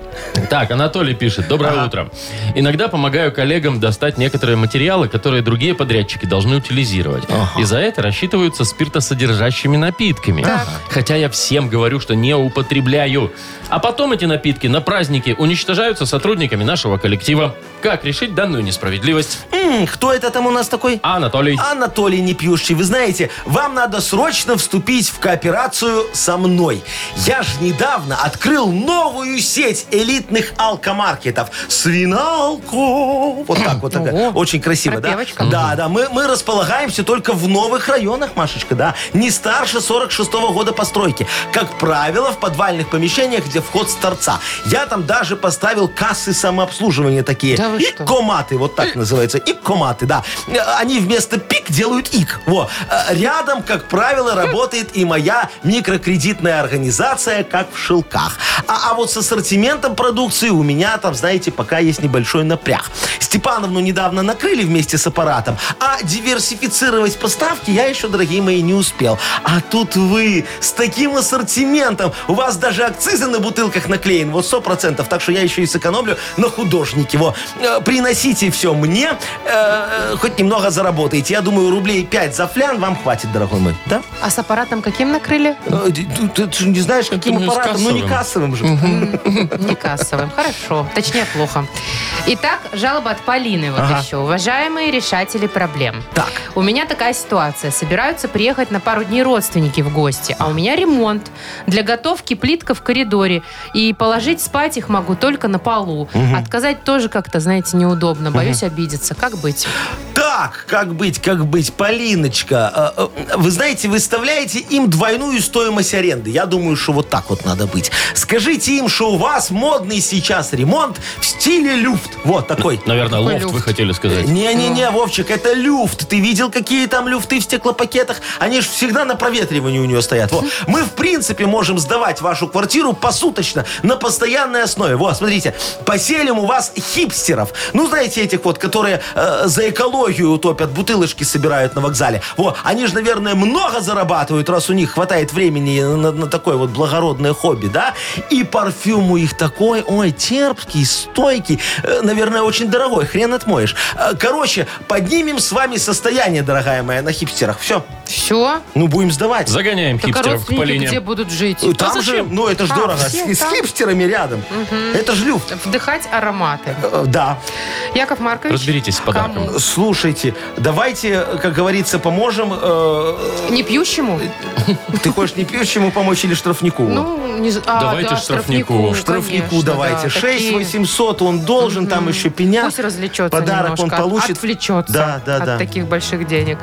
S2: Так, Анатолий пишет. Доброе
S4: Ага.
S2: утро. Иногда помогаю коллегам достать некоторые материалы, которые другие подрядчики должны утилизировать. И за это рассчитываются спиртосодержащими напитками. Хотя я всем говорю, что не употребляю. А потом эти напитки на праздники уничтожаются сотрудниками нашего коллектива. Как решить данную несправедливость?
S4: М, Хм, кто это там у нас такой?
S2: Анатолий.
S3: А,
S4: Анатолий Непьющий, вы знаете, вам надо срочно вступить в кооперацию со мной. Я же недавно открыл новую сеть элитных алкомаркетов. Свиналко. Вот так вот. такая.
S3: Ого.
S4: Очень красиво, да?
S3: Пропевочка.
S4: Да, да. Мы, мы располагаемся только в новых районах, Машечка, да? Не старше 46 года постройки. Как правило, в подвальных помещениях, где вход с торца. Я там даже поставил кассы самообслуживания такие.
S3: Да вы
S4: И
S3: что?
S4: коматы, вот так называется. Иккоматы, да. Э, Они вместо пик делают ик. Во. Э, Рядом, как правило, работает и моя микрокредитная организация, как в шелках. руках. А, а вот с ассортиментом продукции у меня там, знаете, пока есть небольшой напряг. Степановну недавно накрыли вместе с аппаратом, а диверсифицировать поставки я еще, дорогие мои, не успел. А тут вы с таким ассортиментом. У вас даже акцизы на бутылках наклеен, вот 100%. Так что я еще и сэкономлю на художнике. Во. Э, Приносите все мне, э, хоть немного заработаете. Я думаю, рублей 5 за флян вам хватит, дорогой мой. Да?
S3: А с аппаратом каким накрыли?
S4: Э, ди- Ты, ты же не знаешь, каким
S2: Каким-нибудь
S4: аппаратом. Ну, не кассовым же.
S3: Не кассовым. Хорошо. Точнее, плохо. Итак, жалоба от Полины вот
S4: Ага.
S3: еще. Уважаемые решатели проблем.
S4: Так.
S3: У меня такая ситуация. Собираются приехать на пару дней родственники в гости, а у меня ремонт. Для готовки плитка в коридоре. И положить спать их могу только на полу. Отказать тоже как-то, знаете, неудобно. Боюсь обидеться. Как быть?
S4: Так, как быть, как быть, Полиночка, э, э, вы знаете, выставляете им двойную стоимость аренды. Я думаю, что вот так вот надо быть. Скажите им, что у вас модный сейчас ремонт в стиле люфт. Вот такой.
S2: Наверное,
S3: Какой
S2: лофт
S3: люфт?
S2: вы хотели сказать.
S4: Э, Не-не-не, Вовчик, это люфт. Ты видел, какие там люфты в стеклопакетах? Они же всегда на проветривании у нее стоят. Во. Мы, в принципе, можем сдавать вашу квартиру посуточно, на постоянной основе. Вот, смотрите, поселим у вас хипстеров. Ну, знаете, этих вот, которые э, за экологию утопят, бутылочки собирают на вокзале. Во, они же, наверное, много зарабатывают, раз у них хватает времени на, на такое вот благородное хобби, да? И парфюм у их такой, ой, терпкий, стойкий, э, наверное, очень дорогой, хрен отмоешь. Э, Короче, поднимем с вами состояние, дорогая моя, на хипстерах. Все,
S3: Все?
S4: ну будем сдавать.
S2: Загоняем
S3: Так а
S2: хипстеров к
S3: родственники
S2: Полине.
S3: где будут жить?
S4: Э,
S2: Да
S4: Там же,
S2: зачем?
S4: ну это же
S3: А,
S4: дорого, с,
S3: все
S4: с
S3: там?
S4: хипстерами рядом. Это ж люфт.
S3: Вдыхать ароматы.
S4: Э, Да.
S3: Яков Маркович?
S2: Разберитесь с подарком.
S3: Кому?
S4: Слушайте, давайте, как говорится, поможем. э,
S3: Не пьющему?
S4: Ты хочешь не пьющему помочь или штрафнику?
S3: Ну, не... з- а,
S2: Давайте
S3: да,
S2: штрафнику.
S3: штрафнику.
S4: штрафнику
S3: конечно,
S4: давайте.
S3: да,
S4: 6
S3: такие.
S4: 800 он должен, там еще пеня.
S3: Пусть развлечется
S4: Подарок
S3: немножко,
S4: он получит.
S3: Отвлечется
S4: Да, да,
S3: от
S4: да.
S3: таких больших
S4: <laughs>
S3: денег.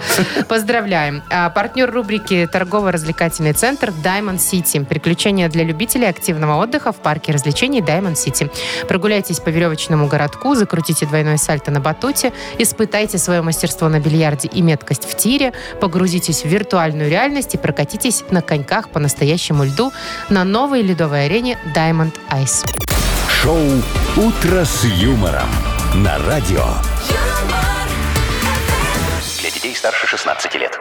S3: Поздравляем. А, Партнер рубрики «Торгово-развлекательный центр Diamond City». Приключения для любителей активного отдыха в парке развлечений Diamond City. Прогуляйтесь по веревочному городку, закрутите двойное сальто на батуте, испытайте свое мастерство на бильярде и меткость в тире, погрузитесь в виртуальную реальность и прокатитесь на коньках по настоящему льду на новой ледовой арене Diamond Ice.
S1: Шоу «Утро с юмором» на радио.
S5: юмор,
S6: Для детей старше 16 лет.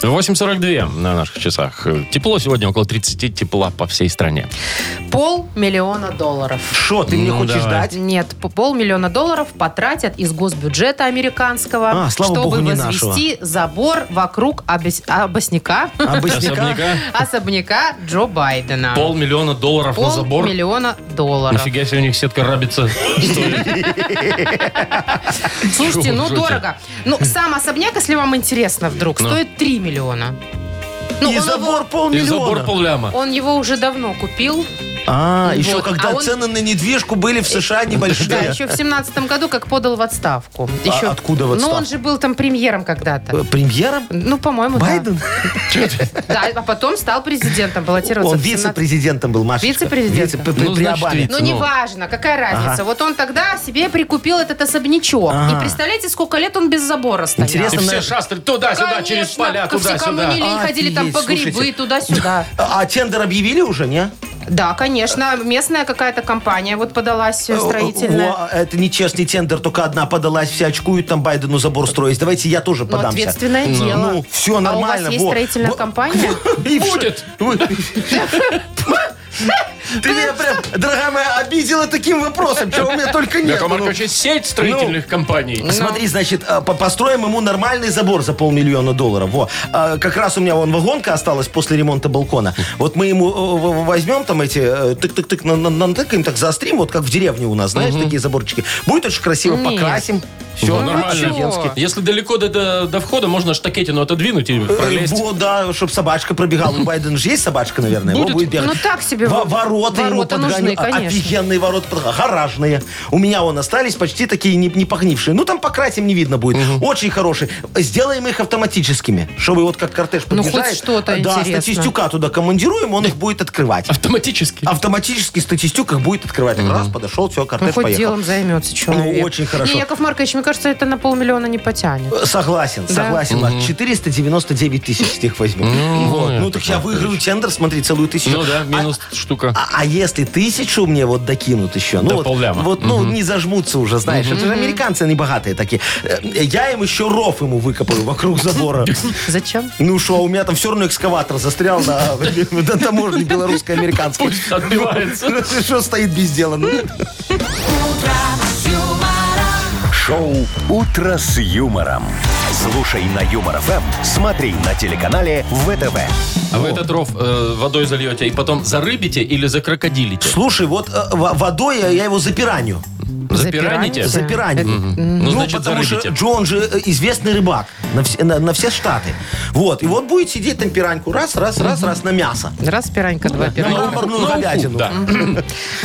S2: 8.42 на наших часах. Тепло сегодня около 30 тепла по всей стране.
S3: Полмиллиона долларов.
S4: Что, ты мне
S2: Ну,
S4: хочешь
S2: давай.
S4: дать?
S3: Нет, по- полмиллиона долларов потратят из госбюджета американского,
S4: А, слава
S3: чтобы
S4: богу, не
S3: возвести забор вокруг обес- обосняка,
S4: А, Обосняка?
S2: Особняка
S3: <laughs> особняка Джо Байдена.
S2: А. полмиллиона долларов на забор.
S3: миллиона долларов.
S2: Нифига себе у них сетка рабится.
S3: Слушайте, ну
S2: Жути.
S3: дорого. Ну, сам особняк, если вам интересно вдруг,
S2: Ну.
S3: стоит 3 миллиона. Ну,
S4: И
S2: И
S3: он, его,
S4: забор
S2: забор
S4: полмиллиона.
S2: полляма.
S3: он его уже давно купил.
S4: А,
S3: Вот,
S4: еще
S3: а
S4: когда
S3: он-
S4: цены на недвижку были в США
S3: Да,
S4: небольшие.
S3: еще в семнадцатом году как подал в отставку. Еще...
S4: А откуда
S3: Ну,
S4: в
S3: он
S4: отставку?
S3: же был там премьером
S4: Э,
S3: когда-то.
S4: Премьером?
S3: Ну, по-моему, да.
S4: Байден?
S3: Да, а потом стал президентом, баллотироваться.
S4: Он
S3: в Сенат.
S4: вице-президентом был, Машечка.
S3: Вице-президентом.
S4: Вице- при-
S2: Ну,
S4: при
S2: значит,
S4: Обаме.
S2: вице.
S3: Ну,
S2: Ну.
S3: неважно, какая разница. Вот он тогда себе прикупил этот особнячок.
S4: Ага.
S3: И представляете, сколько лет он без забора стоял.
S2: И
S4: Интересно,
S2: все шастали туда-сюда,
S3: Ну, Конечно,
S2: через поля,
S3: ко всякому не
S2: туда-сюда.
S3: лень, Ну, ходили там по
S4: Офигеть,
S3: грибы,
S4: слушайте.
S3: туда-сюда.
S4: <laughs> А а тендер объявили уже, не?
S3: Да, конечно, местная какая-то компания вот подалась э,
S4: Э,
S3: строительная.
S4: Во, Это нечестный тендер, только одна подалась, все очкуют там Байдену забор строить. Давайте я тоже
S3: Но
S4: подамся.
S3: Ну, ответственное дело.
S4: Ну, всё,
S3: А у вас
S4: нормально,
S3: есть
S4: во.
S3: строительная
S4: Во.
S3: компания?
S4: <laughs> И в-
S2: Будет.
S3: <laughs>
S4: Ой. Ты меня прям, дорогая моя, обидела таким вопросом, чего у меня только нет.
S2: Яков Маркович,
S4: Ну,
S2: есть сеть строительных компаний.
S4: Смотри,
S3: Ну.
S4: значит, э, по- построим ему нормальный забор за полмиллиона долларов. Во. А, Как раз у меня вон вагонка осталась после ремонта балкона. Вот мы ему э, в- в- возьмем там эти, э, тык-тык-тык, на- на- натыкаем, так заострим, вот как в деревне у нас, знаешь, такие заборчики. Будет очень красиво,
S3: Нет.
S4: покрасим.
S2: Ну,
S4: Все,
S2: нормально.
S3: чего?
S2: Если далеко до- до, до входа, можно штакетину отодвинуть и пролезть.
S4: Во, да, чтобы собачка пробегала. У Байдена же Ну, есть собачка, наверное. Во,
S2: Будет.
S4: будет бегать.
S3: Ну, так себе
S4: Во-
S3: вот
S4: ворота, ему а,
S3: ворота нужны, нужны, конечно.
S4: офигенные ворота, под- гаражные. У меня вон остались почти такие не, не погнившие. Ну, там покрасим, не видно будет. Очень хорошие. Сделаем их автоматическими, чтобы вот как кортеж
S3: Ну,
S4: подъезжает.
S3: хоть что-то
S4: Да,
S3: интересно.
S4: статистюка туда командируем, он их будет открывать.
S2: Автоматически.
S4: Автоматически статистюк их будет открывать. Так Раз, подошел, все,
S3: Ну,
S4: кортеж
S3: хоть
S4: поехал.
S3: делом займется человек.
S4: Ну, очень хорошо.
S3: Не, Яков Маркович, мне кажется, это на полмиллиона не потянет.
S4: Согласен, согласен. Маш. 499 тысяч с них возьми. Вот. Ну, так я выиграю тендер, смотри, целую тысячу.
S2: Ну да,
S4: А-
S2: минус штука.
S4: А, а если тысячу мне вот докинут еще, ну
S2: До
S4: вот,
S2: полляма.
S4: вот, ну не зажмутся уже, знаешь, это же американцы, они богатые такие. Э, Я им еще ров ему выкопаю вокруг забора.
S3: Зачем?
S4: Ну что, у меня там все равно экскаватор застрял на, <laughs> на таможне белорусско-американской.
S2: а, Отбивается.
S4: Что стоит без дела? Ну,
S1: Шоу «Утро с юмором». Слушай на Юмор ФМ, смотри на телеканале ВТВ.
S2: А вы этот ров э, водой зальете и потом зарыбите или закрокодилите?
S4: Слушай, вот э, во- водой я я его запираню.
S2: Запираните?
S3: Запираните?
S4: Запиранию.
S2: Э, Ну, значит,
S4: потому
S2: зарыбите.
S4: что Джон же э, известный рыбак на все, на- на все штаты. Вот. И вот будет сидеть там пираньку раз, раз, раз, раз на мясо.
S3: Раз пиранька, два
S4: На
S3: пиранька.
S4: мраморную говядину.
S2: Ну, Да.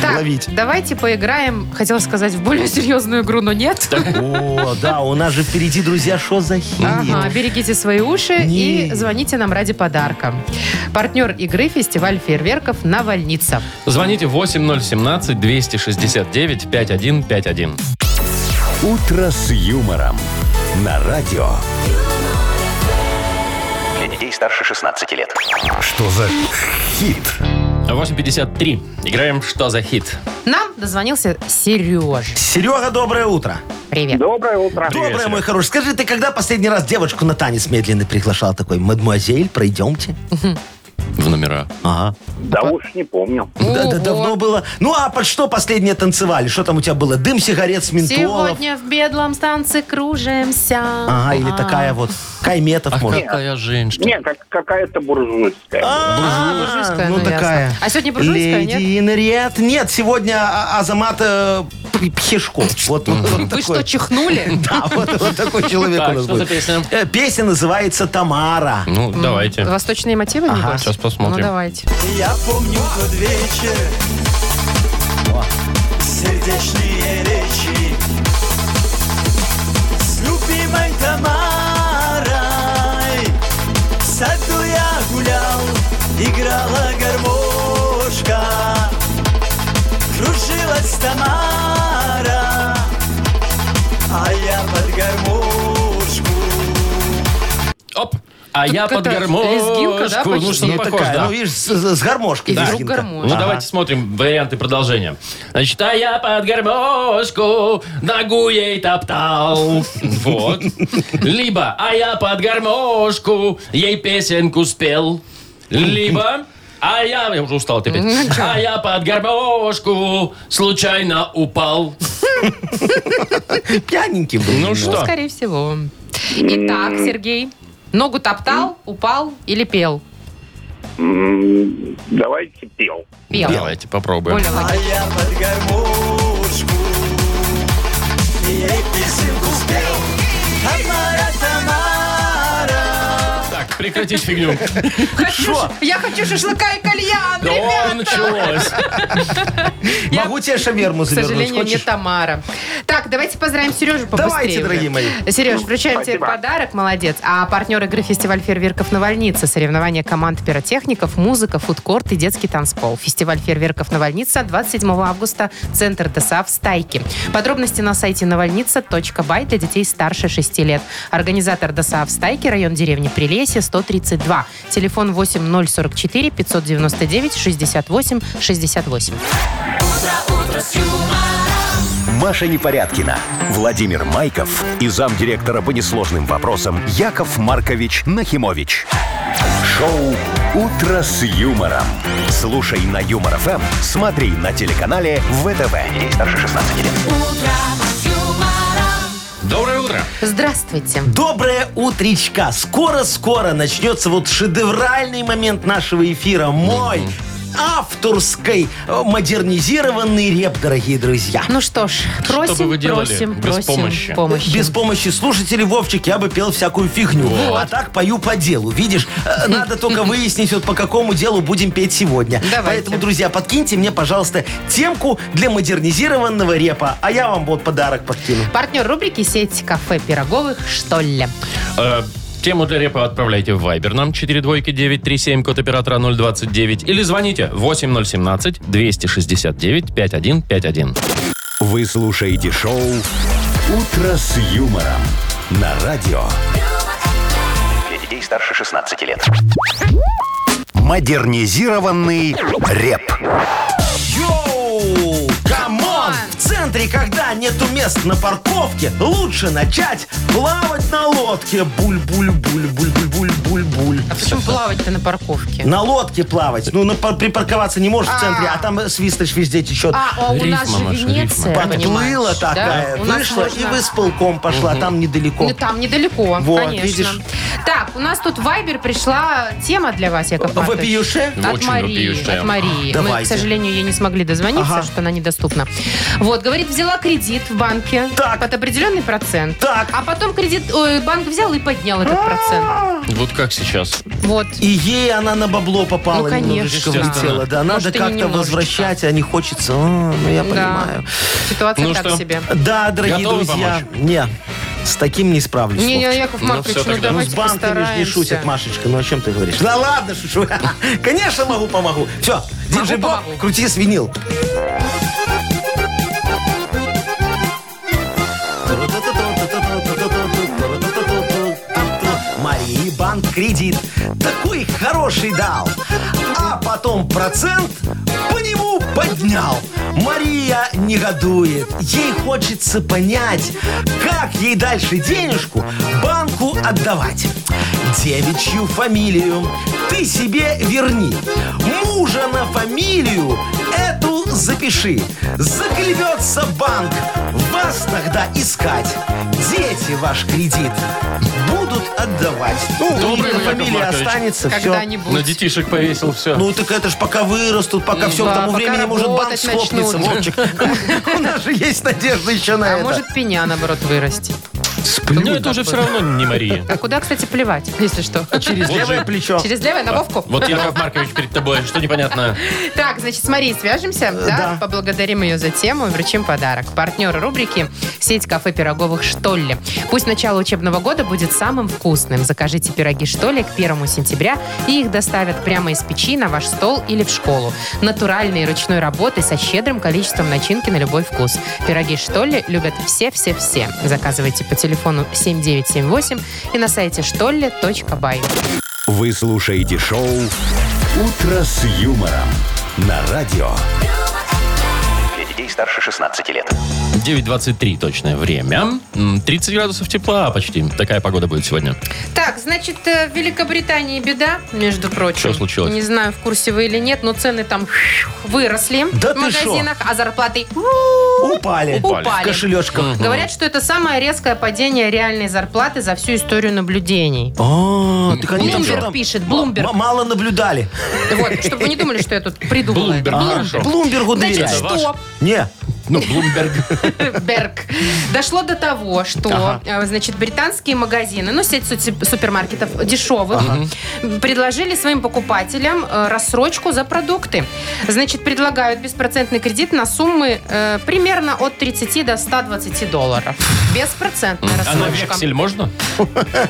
S3: Так,
S4: Ну ловить.
S3: давайте поиграем, хотела сказать, в более <laughs> серьезную игру, но нет.
S4: О, да, у нас же впереди, друзья, что за хит?
S3: Ага, берегите свои уши и
S4: Не.
S3: звоните нам ради подарка. Партнер игры фестиваль фейерверков «Навальница».
S2: Звоните 8017-269-5151.
S1: «Утро с юмором» на радио.
S6: Для детей старше 16 лет.
S1: Что за хит?
S2: 8.53. Играем «Что за хит?».
S3: Нам дозвонился Сереж.
S4: Серега, доброе утро.
S3: Привет.
S8: Доброе утро.
S4: доброе, мой хороший. Скажи, ты когда последний раз девочку на танец медленно приглашал такой? Мадмуазель, пройдемте.
S2: В номера.
S4: Ага.
S8: Да уж не помню.
S4: Да, да,
S3: Ого.
S4: давно было. Ну, а под что последнее танцевали? Что там у тебя было? Дым, сигарет, с ментолов?
S3: Сегодня в бедлом станции кружимся.
S4: Ага, или
S3: А.
S4: такая вот. Кайметов,
S2: А
S4: может.
S2: какая женщина?
S8: Не, как, какая-то буржуйская.
S4: А,
S3: Буржуйская,
S4: ну,
S3: ну, ясно.
S4: такая.
S3: А сегодня буржуйская,
S4: Леди Инриет. Нет, сегодня А- Азамат э, П- Пхешков. Вот, вот, вот
S3: Вы
S4: <laughs> такой.
S3: что, чихнули?
S4: Да, вот, вот такой человек
S2: Так,
S4: у нас
S2: что
S4: будет.
S2: за песня?
S4: Э, Песня называется «Тамара».
S2: Ну, давайте.
S3: Восточные мотивы, небось?
S2: сейчас посмотрим.
S3: Ну, давайте.
S9: Я помню тот вечер Сердечные речи С любимой Тамарой В саду я гулял Играла гармошка Кружилась Тамара А я под гармошку
S2: Оп! А
S3: Тут
S2: я под
S3: какая-то лезгинка, да,
S2: гармошку. Ну,
S3: почти?
S2: что-то
S4: Ну,
S2: похоже,
S4: такая,
S2: да.
S4: ну, видишь, с, с- с гармошкой.
S3: Да.
S4: лезгинка.
S3: Друг гармошка.
S2: Ну, давайте смотрим варианты продолжения. Значит, а я под гармошку ногу ей топтал. <laughs> Вот. Либо, а я под гармошку ей песенку спел. Либо, а я... Я уже устал теперь. А я под гармошку случайно упал.
S4: Пьяненький был.
S2: Ну
S3: Ну,
S2: что?
S3: скорее всего. Итак, Сергей, ногу топтал, упал или пел?
S8: М, Давайте пел.
S3: Пел.
S2: Давайте попробуем.
S3: Более логично.
S9: А я под гармошку Ей песенку спел Тамара, Тамара
S2: Так, прекратить <laughs> фигню.
S3: Хочу ш- Я хочу шашлыка и кальян,
S2: О,
S3: ребята!
S2: началось.
S4: Могу тебе шаверму
S3: К
S4: завернуть,
S3: сожалению, не
S4: хочешь?
S3: Тамара. Так, давайте поздравим Сережу побыстрее.
S4: Давайте, дорогие мои.
S3: Сереж, вручаем тебе подарок, молодец. А партнер игры «Фестиваль фейерверков Навальница» – соревнования команд пиротехников, музыка, фудкорт и детский танцпол. Фестиваль фейерверков Навальница 27 августа, центр ДСА в Стайке. Подробности на сайте навальница.бай для детей старше 6 лет. Организатор ДСА в Стайке, район деревни Прилесье, 132. Телефон 8044 599 68 68.
S1: Маша Непорядкина, Владимир Майков и замдиректора по несложным вопросам Яков Маркович Нахимович. Шоу «Утро с юмором». Слушай на Юмор ФМ, смотри на телеканале ВТВ. Ей старше 16 лет.
S2: Доброе утро.
S3: Здравствуйте.
S4: Доброе утречка. Скоро-скоро начнется вот шедевральный момент нашего эфира. Мой авторской э, модернизированный реп, дорогие друзья.
S3: Ну что ж, просим,
S2: бы вы делали
S3: просим,
S2: без
S3: просим
S2: помощи?
S3: помощи.
S4: Без помощи слушателей, Вовчик, я бы пел всякую фигню. А так пою по делу. Видишь, Э, надо только выяснить, вот по какому делу будем петь сегодня.
S3: Давайте.
S4: Поэтому, друзья, подкиньте мне, пожалуйста, темку для модернизированного репа. А я вам вот подарок подкину.
S3: Партнер рубрики сеть кафе пироговых «Что ли?».
S2: Э, Тему для репа отправляйте в Viber нам 42937, код оператора 029, или звоните 8017-269-5151.
S1: Вы слушаете шоу «Утро с юмором» на радио.
S6: Для детей старше 16 лет.
S1: Модернизированный реп.
S4: Йоу! Камон! В центре, когда нету мест на парковке, лучше начать плавать на лодке. Буль-буль-буль-буль-буль-буль-буль-буль.
S3: А почему плавать-то на парковке?
S4: На лодке плавать. Ну, на пар- припарковаться не можешь в центре, а там э, свисточь везде течет.
S3: А, а у
S2: Рифма,
S3: нас же
S2: Маша,
S3: Венеция,
S4: Подплыла
S3: понимаешь, да?
S4: такая,
S3: У нас
S4: вышла и
S3: можно-
S4: в исполком пошла, там недалеко.
S3: Ну, там недалеко,
S4: Вот,
S3: конечно.
S4: видишь.
S3: Так, у нас тут в Вайбер пришла тема для вас, Яков Маркович.
S4: Вопиюше?
S3: От
S2: Очень
S3: Марии,
S2: вопиющая.
S3: от Марии. Мы, к
S4: Давайте.
S3: сожалению, ей не смогли дозвониться,
S4: Ага.
S3: что она недоступна. Вот, говорит, взяла кредит в банке
S4: Так.
S3: под определенный процент.
S4: Так. А,
S3: А потом кредит, ой, банк взял и поднял этот процент.
S2: Вот как сейчас?
S3: Вот.
S4: И ей она на бабло попала,
S3: Ну, конечно.
S4: немножечко
S2: Естественно.
S4: влетела. Да, надо
S3: Может, и не
S4: как-то
S3: немножечко.
S4: возвращать, а не хочется. А, ну, я
S3: Да.
S4: понимаю.
S3: Ситуация
S2: Ну
S3: так
S2: что?
S3: себе.
S4: Да, дорогие
S2: Готовы
S4: друзья, не, с таким не справлюсь.
S3: Не,
S4: Вовчик.
S3: не, Яков
S2: Ну,
S3: Маркович,
S2: всё
S3: ну,
S2: тогда.
S4: Ну,
S3: давайте
S4: с банками ж не
S3: постараемся.
S4: шутят, Машечка. Ну, о чем ты говоришь? Да ладно, <laughs> шучу. Конечно, могу, помогу. Все, диджей Боб,
S3: помогу.
S4: крути свинил. Марии банк кредит такой хороший дал, а потом процент по нему поднял. Мария негодует, ей хочется понять, как ей дальше денежку банку отдавать. Девичью фамилию ты себе верни, мужа на фамилию эту запиши. Заклевется банк, вас тогда искать. Дети ваш кредит будут отдавать. Ну,
S2: Добрый
S4: Мария
S2: вы, Яков
S4: фамилия
S2: Маркович.
S4: останется, все.
S3: Когда-нибудь.
S2: На детишек повесил все.
S4: Ну, так это ж пока вырастут, пока все,
S3: Да,
S4: к тому
S3: пока
S4: времени может банк
S3: работать
S4: схлопнется,
S3: начнут.
S4: Вовчик. <laughs> У нас же есть надежда еще на
S3: А
S4: это.
S3: может, пеня, наоборот, вырасти.
S2: Ну, это уже все равно не Мария.
S3: А куда, кстати, плевать, если что?
S4: Через
S2: Вот
S4: левое
S2: же.
S4: плечо.
S3: Через левое на Вовку?
S2: Вот Яков Маркович перед тобой, что непонятно.
S3: Так, значит, с Марией свяжемся, да?
S4: да.
S3: Поблагодарим ее за тему и вручим подарок. Партнер рубрики «Сеть кафе пироговых Штолли». Пусть начало учебного года будет самым вкусным. Закажите пироги Штолли к 1 сентября и их доставят прямо из печи на ваш стол или в школу. Натуральные ручной работы со щедрым количеством начинки на любой вкус. Пироги Штолли любят все-все-все. Заказывайте по телефону 7978 и на сайте штолли.бай.
S1: Вы слушаете шоу «Утро с юмором» на радио.
S6: Для детей старше 16 лет.
S2: 9.23 точное время. М, 30 градусов тепла почти. Такая погода будет сегодня.
S3: Так, значит, э, в Великобритании беда, между прочим.
S2: Что случилось?
S3: Не знаю, в курсе вы или нет, но цены там <laughs> выросли
S4: Да
S3: в
S4: ты
S3: магазинах, а зарплаты
S4: Упали.
S3: Упали.
S4: Кошелечком.
S3: говорят, что это самое резкое падение реальной зарплаты за всю историю наблюдений.
S4: А, так они там
S3: Блумберг
S4: что-то-
S3: пишет, Блумберг.
S4: М- Мало наблюдали.
S3: Вот, чтобы вы не думали, что я тут придумала. это.
S2: Блумберг, хорошо.
S4: Блумбергу
S3: Значит,
S4: доверяй.
S3: что?
S4: Не,
S2: Ну, Блумберг.
S3: Берг. Дошло до того, что, э, значит, британские магазины, ну, сеть сути- супермаркетов дешевых, м, предложили своим покупателям э, рассрочку за продукты. Значит, предлагают беспроцентный кредит на суммы э, примерно от 30 до 120 долларов. Беспроцентная
S2: А на
S3: рассрочка.
S2: вексель можно?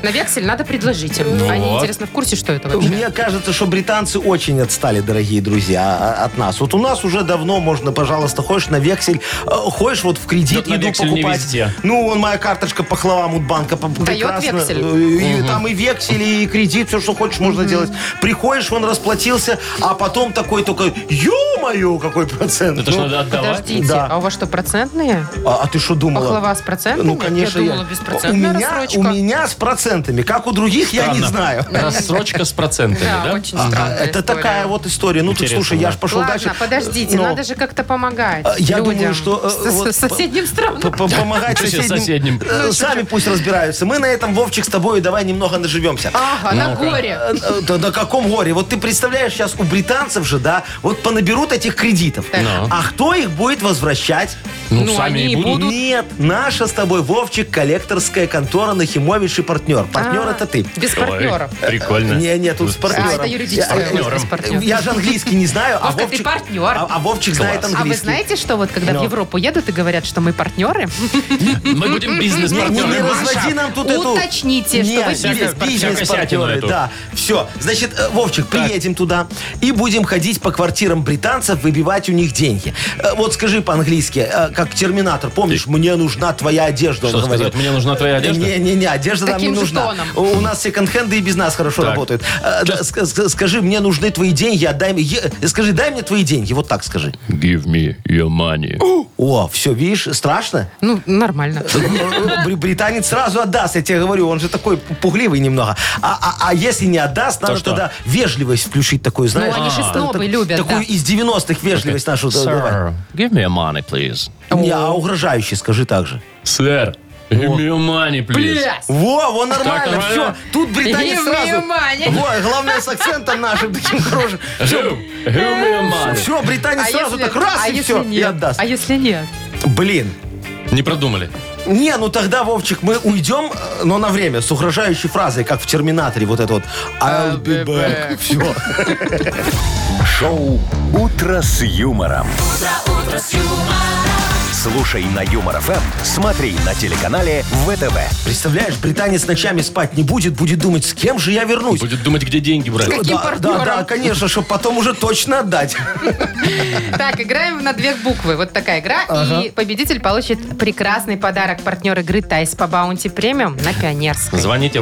S3: На вексель надо предложить им.
S2: Вот.
S3: Они, интересно, в курсе, что это вообще?
S4: Мне кажется, что британцы очень отстали, дорогие друзья, а- от нас. Вот у нас уже давно можно, пожалуйста, ходишь на вексель, э, ходишь вот в кредит,
S2: Вот на
S4: иду
S2: вексель не
S4: покупать.
S2: везде.
S4: Ну, вон моя карточка пахлава Мудбанка. п-
S3: Дает
S4: прекрасно.
S3: вексель?
S4: Э, и Там и вексель, и кредит, все, что хочешь, можно делать. Приходишь, он расплатился, а потом такой только, ё Ё-моё, какой процент.
S2: Это ж
S4: Ну,
S2: надо отдавать.
S3: Подождите,
S4: Да.
S3: а у вас что, процентные?
S4: А, а ты что думала?
S3: Пахлава с процентами?
S4: Ну, конечно,
S3: Я думала, беспроцентная
S4: у меня,
S3: рассрочка.
S4: у меня с процентами. Как у других, я не
S2: Странно.
S3: <laughs>
S4: знаю.
S2: Рассрочка с процентами,
S3: Да,
S2: да?
S3: очень странная
S4: Это
S3: история.
S4: такая вот история. Ну, ты
S2: Интересно,
S4: слушай, я
S2: да.
S4: ж пошел
S3: Ладно,
S4: дальше. Ну,
S3: подождите,
S4: Но,
S3: надо же как-то помогать
S4: э, Я
S3: людям.
S4: думаю, что... э,
S3: С- с-
S4: вот
S3: с соседним странам.
S4: по- по- Помогать
S2: Что себе
S4: соседним...
S2: соседним?
S4: э, Сами
S3: ну
S4: пусть разбираются. Мы на этом, Вовчик, с тобой давай немного наживемся.
S3: Ага, на горе.
S4: Э, э, Да на каком горе? Вот ты представляешь, сейчас у британцев же, да, вот понаберут этих кредитов.
S2: Ну.
S4: А кто их будет возвращать?
S2: Ну,
S3: Ну,
S2: сами
S3: они
S2: и
S3: и
S2: будут.
S3: будут.
S4: Нет, наша с тобой, Вовчик, коллекторская контора Нахимович и партнер. Партнер
S3: А,
S4: это ты. Э,
S3: Без
S2: Ой,
S3: партнеров.
S2: Прикольно.
S4: Не, не, тут с партнером.
S3: А, это юридическое
S4: Я- э,
S3: у вас без
S2: партнером.
S3: партнеров.
S4: Я же английский не знаю, а
S3: Вовка, ты
S4: Вовчик...
S3: партнер.
S4: А, а Вовчик знает
S2: Класс.
S4: английский.
S3: А вы знаете, что вот когда в Европу едут и говорят, что мы партнеры,
S2: <laughs> Мы будем
S4: Не, не
S2: бизнес-партнеры.
S4: разводи нам тут эту...
S3: уточните, что
S4: Нет,
S3: вы
S4: здесь
S2: бизнес-партнер. Всякосятину
S4: бизнес-партнеры.
S2: эту.
S4: Да, все. Значит, э, Вовчик, приедем туда и будем ходить по квартирам британцев, выбивать у них деньги. Э, Вот скажи по-английски, э, как терминатор, помнишь, мне нужна твоя
S2: Что
S4: одежда, он говорил.
S2: сказать? Мне нужна твоя одежда?
S4: Не-не-не, одежда нам не
S3: Таким же
S4: нужна.
S3: тоном.
S4: У нас секонд-хенды и без нас хорошо
S2: Так.
S4: работают. Э, да, ск- ск- Скажи, мне нужны твои деньги, отдай мне... е- Скажи, дай мне твои деньги, вот так скажи.
S2: Give me your money.
S4: О, все, видишь, страшно.
S3: <laughs> ну, нормально.
S4: Э, Бри- Британец сразу отдаст, я тебе говорю, он же такой пу- пугливый немного. А, а- а если не отдаст, надо
S2: что?
S4: тогда вежливость включить такую, знаешь.
S3: Ну, они же
S4: так-
S3: снобы
S4: так-
S3: любят,
S4: Такую
S3: да.
S4: из 90-х вежливость нашу. да, давай.
S2: Sir, give me your money, please.
S4: Не, а угрожающий скажи так же.
S2: Сэр, give me your money, please.
S3: Блядь.
S4: Во, во, нормально,
S2: Так,
S4: все.
S2: нормально?
S4: Тут британец
S3: Give me
S4: сразу.
S3: money.
S4: Во, главное с акцентом нашим таким хорошим.
S2: Give give me your money.
S4: Все, британец сразу так раз
S3: а
S4: и
S3: если
S4: все, и
S3: нет?
S4: отдаст.
S3: А если нет?
S4: Блин.
S2: Не продумали.
S4: Не, ну тогда, Вовчик, мы уйдем, э, но на время, с угрожающей фразой, как в «Терминаторе», вот это вот «I'll be back». Все.
S1: Шоу «Утро с юмором». Слушай на Юмор ФМ, смотри на телеканале ВТВ.
S4: Представляешь, британец ночами спать не будет, будет думать, с кем же я вернусь.
S2: Будет думать, где деньги брать.
S3: Каким
S4: да, да,
S3: партнером?
S4: да, конечно, чтобы потом уже точно отдать.
S3: Так, играем на две буквы. Вот такая игра. И победитель получит прекрасный подарок. Партнер игры Тайс по Баунти Премиум на Пионерской.
S2: Звоните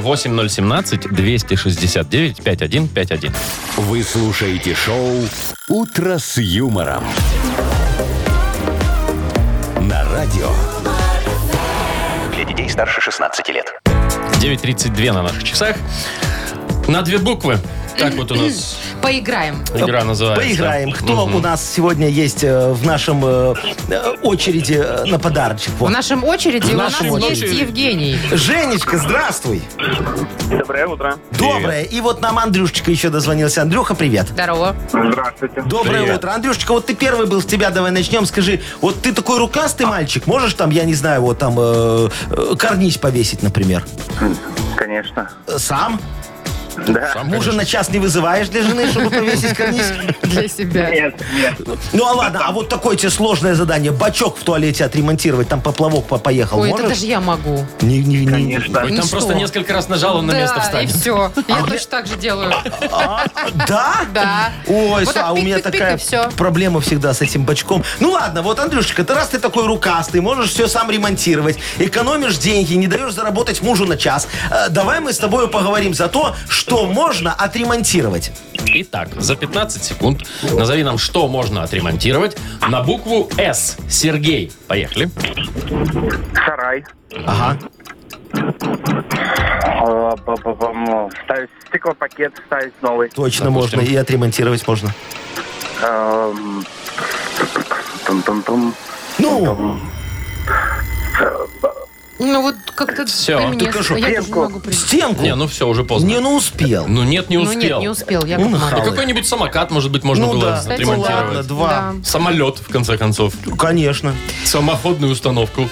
S2: 8017-269-5151.
S1: Вы слушаете шоу «Утро с юмором». На радио
S6: Для детей старше 16 лет.
S2: 9.32 на наших часах. На две буквы. Так вот у нас
S3: Поиграем.
S2: игра называется.
S4: Э, Поиграем. Кто
S2: Мгм.
S4: у нас сегодня есть э, в нашем э, э, очереди э, на подарочек?
S3: В
S4: Вот.
S3: нашем очереди у нас
S2: нашем
S3: есть
S2: очереди.
S3: Евгений.
S4: Женечка, здравствуй.
S8: Доброе утро.
S4: Доброе. И вот нам Андрюшечка еще дозвонился. Андрюха, привет.
S3: Здорово.
S8: Здравствуйте.
S4: Доброе
S2: Привет.
S4: утро. Андрюшечка, вот ты первый был с тебя, давай начнем. Скажи, вот ты такой рукастый мальчик, можешь там, я не знаю, вот там э, э, карнись повесить, например?
S8: Конечно.
S4: Э, Сам?
S8: Да.
S4: А Мужа на час не вызываешь для жены, чтобы повесить карниз?
S3: Для себя.
S8: Нет, нет.
S4: Ну а ладно, а вот такое тебе сложное задание. Бачок в туалете отремонтировать, там поплавок по- поехал.
S3: Ой, это
S4: А Можешь?
S3: даже я могу.
S4: Не- не- не-
S8: Конечно.
S2: Ой, там
S3: Ну
S2: просто
S3: что?
S2: несколько раз нажал, он на место
S3: да, и
S2: встанет.
S3: все. Я точно так же делаю.
S4: А, Да?
S3: Да.
S4: Ой,
S3: Вот
S4: Са,
S3: так
S4: у меня
S3: пик-пик-пик,
S4: такая
S3: и всё.
S4: проблема всегда с этим бачком. Ну ладно, вот, Андрюшечка, ты раз ты такой рукастый, можешь все сам ремонтировать, экономишь деньги, не даешь заработать мужу на час. Э, Давай мы с тобой поговорим за то, что можно отремонтировать.
S2: Итак, за 15 секунд назови нам, что можно отремонтировать на букву «С». Сергей, поехали.
S8: Сарай.
S4: Ага.
S8: А, ба-ба-бам. Ставить стеклопакет, ставить новый.
S4: Точно
S2: Допустим.
S4: можно, и отремонтировать можно.
S8: Эм, Тум-тум-тум.
S4: Ну,
S3: Ну вот как-то
S2: Всё,
S3: ты
S2: ты
S3: мне...
S4: хорошо,
S3: я тоже
S8: крепко.
S3: могу придумать.
S4: стенку.
S2: Не, ну все, уже поздно.
S4: Не, ну успел.
S2: Ну нет, не
S3: Ну нет,
S2: успел.
S3: не успел. Я
S4: Ну,
S3: как
S4: нахал.
S2: Да какой-нибудь самокат, может быть, можно
S4: Ну
S2: было
S4: да,
S3: Кстати,
S2: отремонтировать.
S4: ладно, два.
S2: Самолет, в конце концов.
S4: Конечно. <laughs>
S2: Самоходную установку.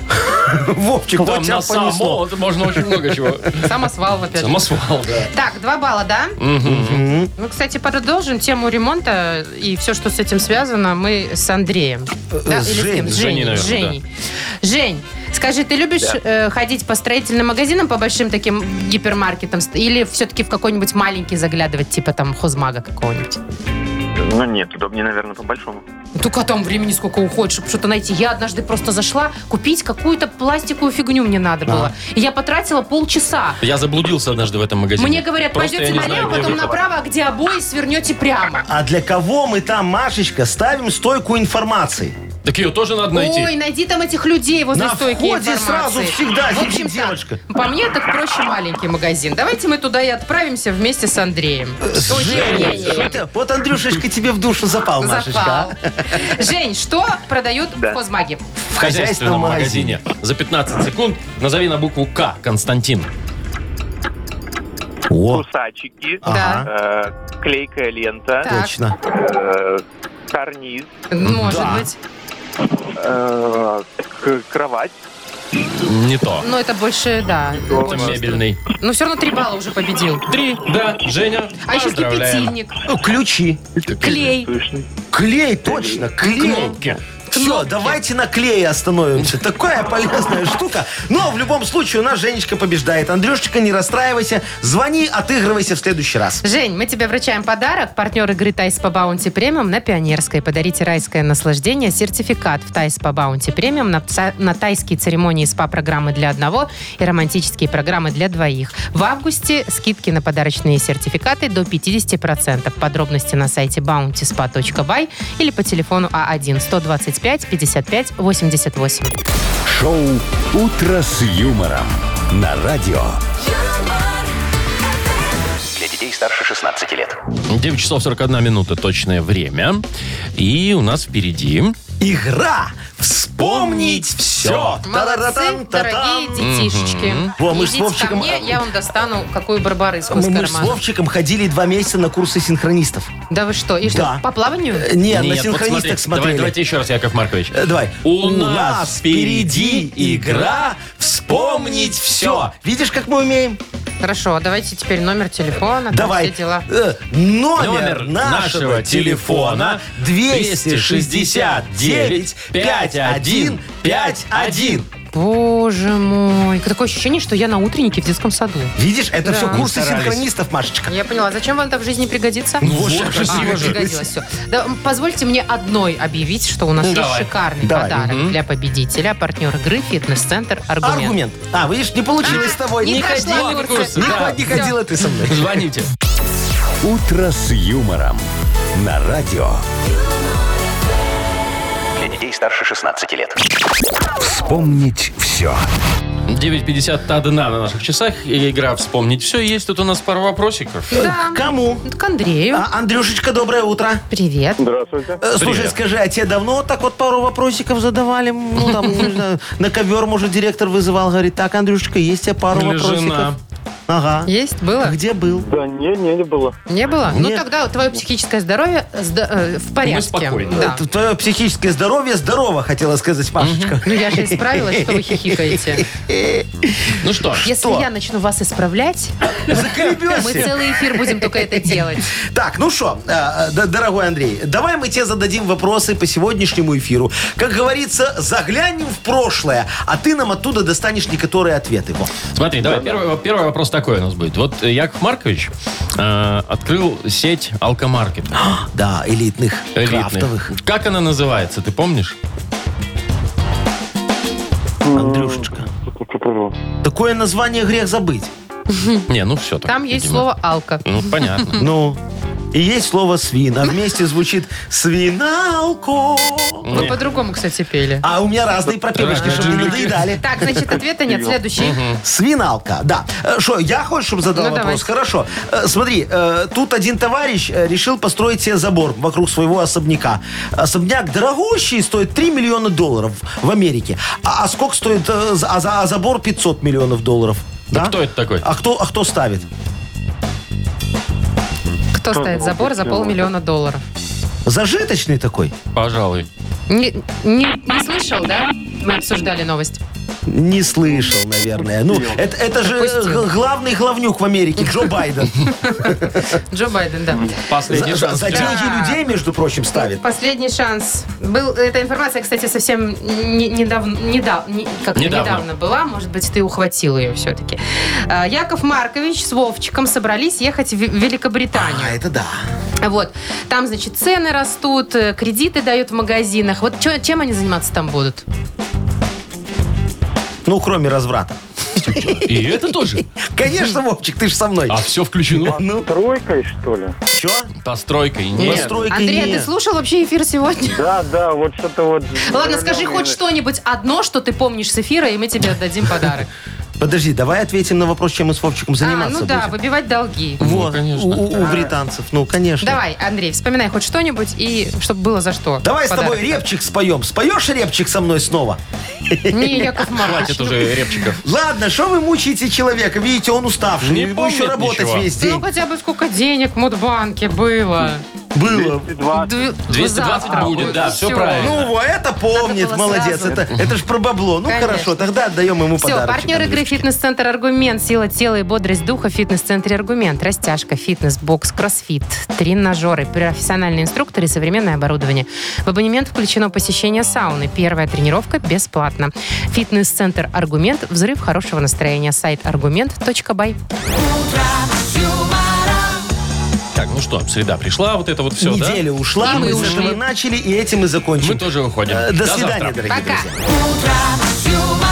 S4: Вовчик, вот
S2: Там
S4: тебя
S2: на
S4: понесло.
S2: само можно очень много чего.
S3: Да. Самосвал, опять же.
S2: Самосвал, да.
S3: Так, два балла, да? Мгм. Мы, кстати, продолжим тему ремонта и все, что с этим связано, мы с Андреем. Да,
S4: Э, с
S3: или
S4: Женей.
S2: С
S3: С
S2: Женей,
S3: Женей,
S2: наверное,
S3: с Женей. Жень, скажи, ты любишь э, ходить по строительным магазинам, по большим таким гипермаркетам? ст- Или все-таки в какой-нибудь маленький заглядывать, типа там хозмага какого-нибудь?
S8: Ну нет, удобнее, наверное, по-большому.
S3: Только там времени сколько уходит, чтобы что-то найти. Я однажды просто зашла купить какую-то пластиковую фигню мне надо было. И я потратила полчаса.
S2: Я заблудился однажды в этом магазине.
S3: Мне говорят,
S2: Просто я
S3: пойдете
S2: не знаю,
S3: налево,
S2: где
S3: потом
S2: выход.
S3: направо, а где обои, свернете прямо.
S4: А для кого мы там, Машечка, ставим стойку информации?
S2: Так ее тоже надо найти.
S3: Ой, найди там этих людей возле
S4: На
S3: стойки
S4: входе
S3: информации.
S4: сразу всегда
S3: В
S4: сидит
S3: общем, так,
S4: девочка.
S3: по мне так проще маленький магазин. Давайте мы туда и отправимся вместе с Андреем. Ой,
S4: Женя,
S3: не-не-не.
S4: что ты- Вот Андрюшечка тебе в душу запал, Машечка.
S3: Запал.
S4: а?
S3: Жень, что продают в
S8: Да.
S3: Хозмаге?
S2: В хозяйственном
S4: хозяйственном
S2: магазине. За 15 секунд назови на букву К, Константин.
S4: О,
S8: Кусачики,
S3: Да.
S8: э, клейкая лента,
S3: Так.
S4: точно.
S8: э, карниз,
S3: Может быть.
S8: э, к- кровать.
S2: Не то.
S3: Но Ну, это больше, да.
S2: Это мебельный.
S3: Но все равно три балла уже победил.
S2: Три, да, Женя,
S3: А еще
S2: поздравляем.
S3: кипятильник,
S4: Ну, ключи.
S3: клей.
S4: Клей, точно, клей.
S2: Кнопки.
S4: Все, давайте на клее остановимся. Такая полезная штука. Но в любом случае у нас Женечка побеждает. Андрюшечка, не расстраивайся. Звони, отыгрывайся в следующий раз.
S3: Жень, мы тебе вручаем подарок. Партнер игры «Тайс по баунти премиум» на Пионерской. Подарите райское наслаждение. Сертификат в «Тайс по баунти премиум» на, пса- на тайские церемонии СПА-программы для одного и романтические программы для двоих. В августе скидки на подарочные сертификаты до 50%. Подробности на сайте bountyspa.by или по телефону А А1 125 55 88.
S1: Шоу «Утро с юмором» на радио.
S5: юмор,
S6: Для детей старше 16 лет.
S2: 9 часов 41 минута точное время. И у нас впереди...
S4: Игра «Вспомнить все».
S3: Молодцы, дорогие детишечки.
S4: Во, мы с
S3: Идите ко
S4: Вовчиком-
S3: мне, я вам достану какую барбарыску из
S4: А Мы, мы с
S3: кармана.
S4: Вовчиком ходили два месяца на курсы синхронистов.
S3: Да вы что? И что,
S4: Да.
S3: по плаванию?
S4: Э, Не,
S2: Нет, вот
S4: на
S2: смотри,
S4: синхронистах
S2: Давай,
S4: смотрели.
S2: давайте еще раз, Яков Маркович.
S4: Э, давай.
S2: У, нас впереди игра «Вспомнить все».
S4: всё». Видишь, как мы умеем?
S3: Хорошо, а давайте теперь номер телефона, там
S4: Давай.
S3: все дела.
S4: Э,
S2: Номер
S4: Номер
S2: нашего
S4: нашего телефона
S2: телефона 269 5151.
S4: 269-5151.
S3: Боже мой, такое ощущение, что я на утреннике в детском саду.
S4: Видишь, это все
S3: Да.
S4: курсы
S2: Старались.
S4: синхронистов, Машечка.
S3: Я поняла, зачем вам это в жизни пригодится?
S2: Ну вот,
S3: А,
S2: красиво же.
S3: пригодилось все. позвольте мне одной объявить, что у нас
S2: Ну,
S3: есть
S2: давай.
S3: шикарный
S4: Давай.
S3: подарок для победителя, партнер игры, фитнес-центр «Аргумент».
S4: Аргумент. А, видишь, не получилось с тобой.
S3: не
S4: Не
S3: пошла
S4: ходила.
S3: на курсы,
S4: Не
S2: да.
S4: ход- не ходила ты со мной.
S2: Звоните.
S1: «Утро с юмором» на радио.
S6: Для детей старше 16 лет.
S1: Вспомнить все.
S2: 9.51 на наших часах. И игра «Вспомнить все». Есть тут у нас пара вопросиков.
S3: Да.
S4: К Кому?
S3: К Андрею.
S4: А, Андрюшечка, доброе утро.
S3: Привет.
S8: Здравствуйте.
S4: Э, Слушай,
S2: Привет.
S4: скажи, а тебе давно вот так вот пару вопросиков задавали? Ну, там,
S2: <laughs>
S4: не знаю, на ковер, может, директор вызывал, говорит, так, Андрюшечка, есть тебе пару
S2: Или
S4: вопросиков?
S2: жена.
S4: Ага. А
S3: Есть? Было?
S4: Где был?
S8: Да не, не, не было.
S3: Не было? Ну
S4: Нет.
S3: тогда твое психическое здоровье сда- э, в порядке.
S2: спокойны.
S3: Да.
S4: Э, Т- Твое психическое здоровье здорово, хотела сказать
S2: <laughs>
S4: Машечка.
S3: Ну я же исправилась, что вы хихикаете.
S2: Ну что ж,
S3: Если я начну вас исправлять, мы
S4: Закрепешься.
S3: целый эфир будем только это делать.
S4: Так, ну что, дорогой Андрей, давай мы тебе зададим вопросы по сегодняшнему эфиру. Как говорится, заглянем в прошлое, а ты нам оттуда достанешь некоторые ответы. Во.
S2: смотри, давай, первый, первый вопрос такой у нас будет. Вот э, Яков Маркович э, открыл сеть алкомаркета.
S4: Да, элитных,
S2: элитных.
S4: А, крафтовых.
S2: Как она называется, ты помнишь?
S4: Андрюшечка. Такое название грех забыть.
S2: Не, ну все.
S3: Там есть слово «алка».
S2: Ну, понятно.
S4: Ну, и есть слово «свин», а вместе звучит «свиналко».
S3: Вы по-другому, кстати, пели.
S4: А у меня разные пропивочки, чтобы не надоедали.
S3: Так, значит, ответа нет. Следующий.
S4: Свиналка, да. Что, я хочешь, чтобы задал
S3: Ну,
S4: вопрос?
S3: давай.
S4: Хорошо. Э, Смотри, э, тут один товарищ э, решил построить себе забор вокруг своего особняка. Особняк дорогущий, стоит 3 миллиона долларов в Америке. А, а сколько стоит э, за- а за- а забор 500 миллионов долларов? Да?
S2: кто это такой?
S4: А кто, а кто ставит?
S3: Кто ставит забор за полмиллиона долларов?
S4: Зажиточный такой?
S2: Пожалуй.
S3: Не, не, не слышал, да? Мы обсуждали новость.
S4: Не слышал, наверное. Ну, это, это же э,
S3: Пропустил.
S4: г- главный главнюк в Америке, Джо Байден.
S3: Джо Байден, да.
S2: Последний
S4: За
S2: шанс.
S4: за деньги людей, между прочим, ставит.
S3: Последний шанс. Был, эта информация, кстати, совсем не- недавно, недав- не- как это,
S2: Недавно.
S3: недавно. была. Может быть, ты ухватил А, ее все-таки. Яков Маркович с Вовчиком собрались ехать в Великобританию.
S4: А, это да.
S3: Вот. Там, значит, цены растут, э, кредиты дают в магазинах. Вот чё- чем они заниматься там будут?
S4: Ну, кроме разврата.
S2: И это тоже.
S4: Конечно, Вовчик, ты же со мной. Ну,
S2: А все включено.
S8: Тройкой, что ли?
S4: Чё?
S2: Постройкой. Нет.
S4: Постройка
S3: Андрей, а
S4: нет.
S3: ты слушал вообще эфир
S4: <laughs>
S3: сегодня?
S8: Да, да, вот что-то вот...
S3: Ладно, скажи хоть что-нибудь одно, что ты помнишь с эфира, и мы тебе отдадим подарок.
S4: Подожди, давай ответим на вопрос, чем мы с Вовчиком
S3: А,
S4: <laughs> заниматься
S3: ну да,
S4: будем.
S3: выбивать долги.
S2: Ну,
S4: Во,
S2: конечно.
S4: У, у- у британцев, ну, конечно.
S3: Давай, Андрей, вспоминай хоть что-нибудь, и чтобы было за что.
S4: Давай с тобой
S3: подарок.
S4: репчик споем. Споешь репчик со мной снова?
S3: Не, Яков Маркович.
S2: Хватит уже репчиков.
S4: Ладно, что вы мучаете человека? Видите, он уставший.
S2: Не
S4: Ему
S2: помнит
S4: еще работать
S2: ничего.
S4: весь
S3: Ну
S4: день.
S3: хотя бы сколько денег в Мудбанке было.
S4: Было.
S8: 220.
S3: Дв-
S2: 220
S3: завтра
S2: будет, да, всё
S3: всё.
S2: правильно.
S4: Ну, во, это помнит,
S3: было
S4: молодец.
S3: сразу.
S4: Это, это ж про бабло. Ну,
S3: Конечно.
S4: хорошо, тогда отдаем ему
S3: Все,
S4: подарок.
S3: партнер игры «Фитнес-центр Аргумент». Сила тела и бодрость духа в «Фитнес-центре Аргумент». Растяжка, фитнес, бокс, кроссфит, тренажеры, профессиональные инструкторы и современное оборудование. В абонемент включено посещение сауны. Первая тренировка бесплатно. «Фитнес-центр Аргумент». Взрыв хорошего настроения. Сайт аргумент.бай.
S2: Так, ну что, среда пришла, вот это вот все, да?
S4: Неделя
S3: И
S4: ушла, мы
S3: мы
S4: с
S3: ушли.
S4: этого начали, и этим и закончим.
S2: Мы тоже уходим.
S4: Э, До свидания,
S2: завтра.
S4: дорогие
S3: Пока.
S4: друзья.
S5: Утро с юмором.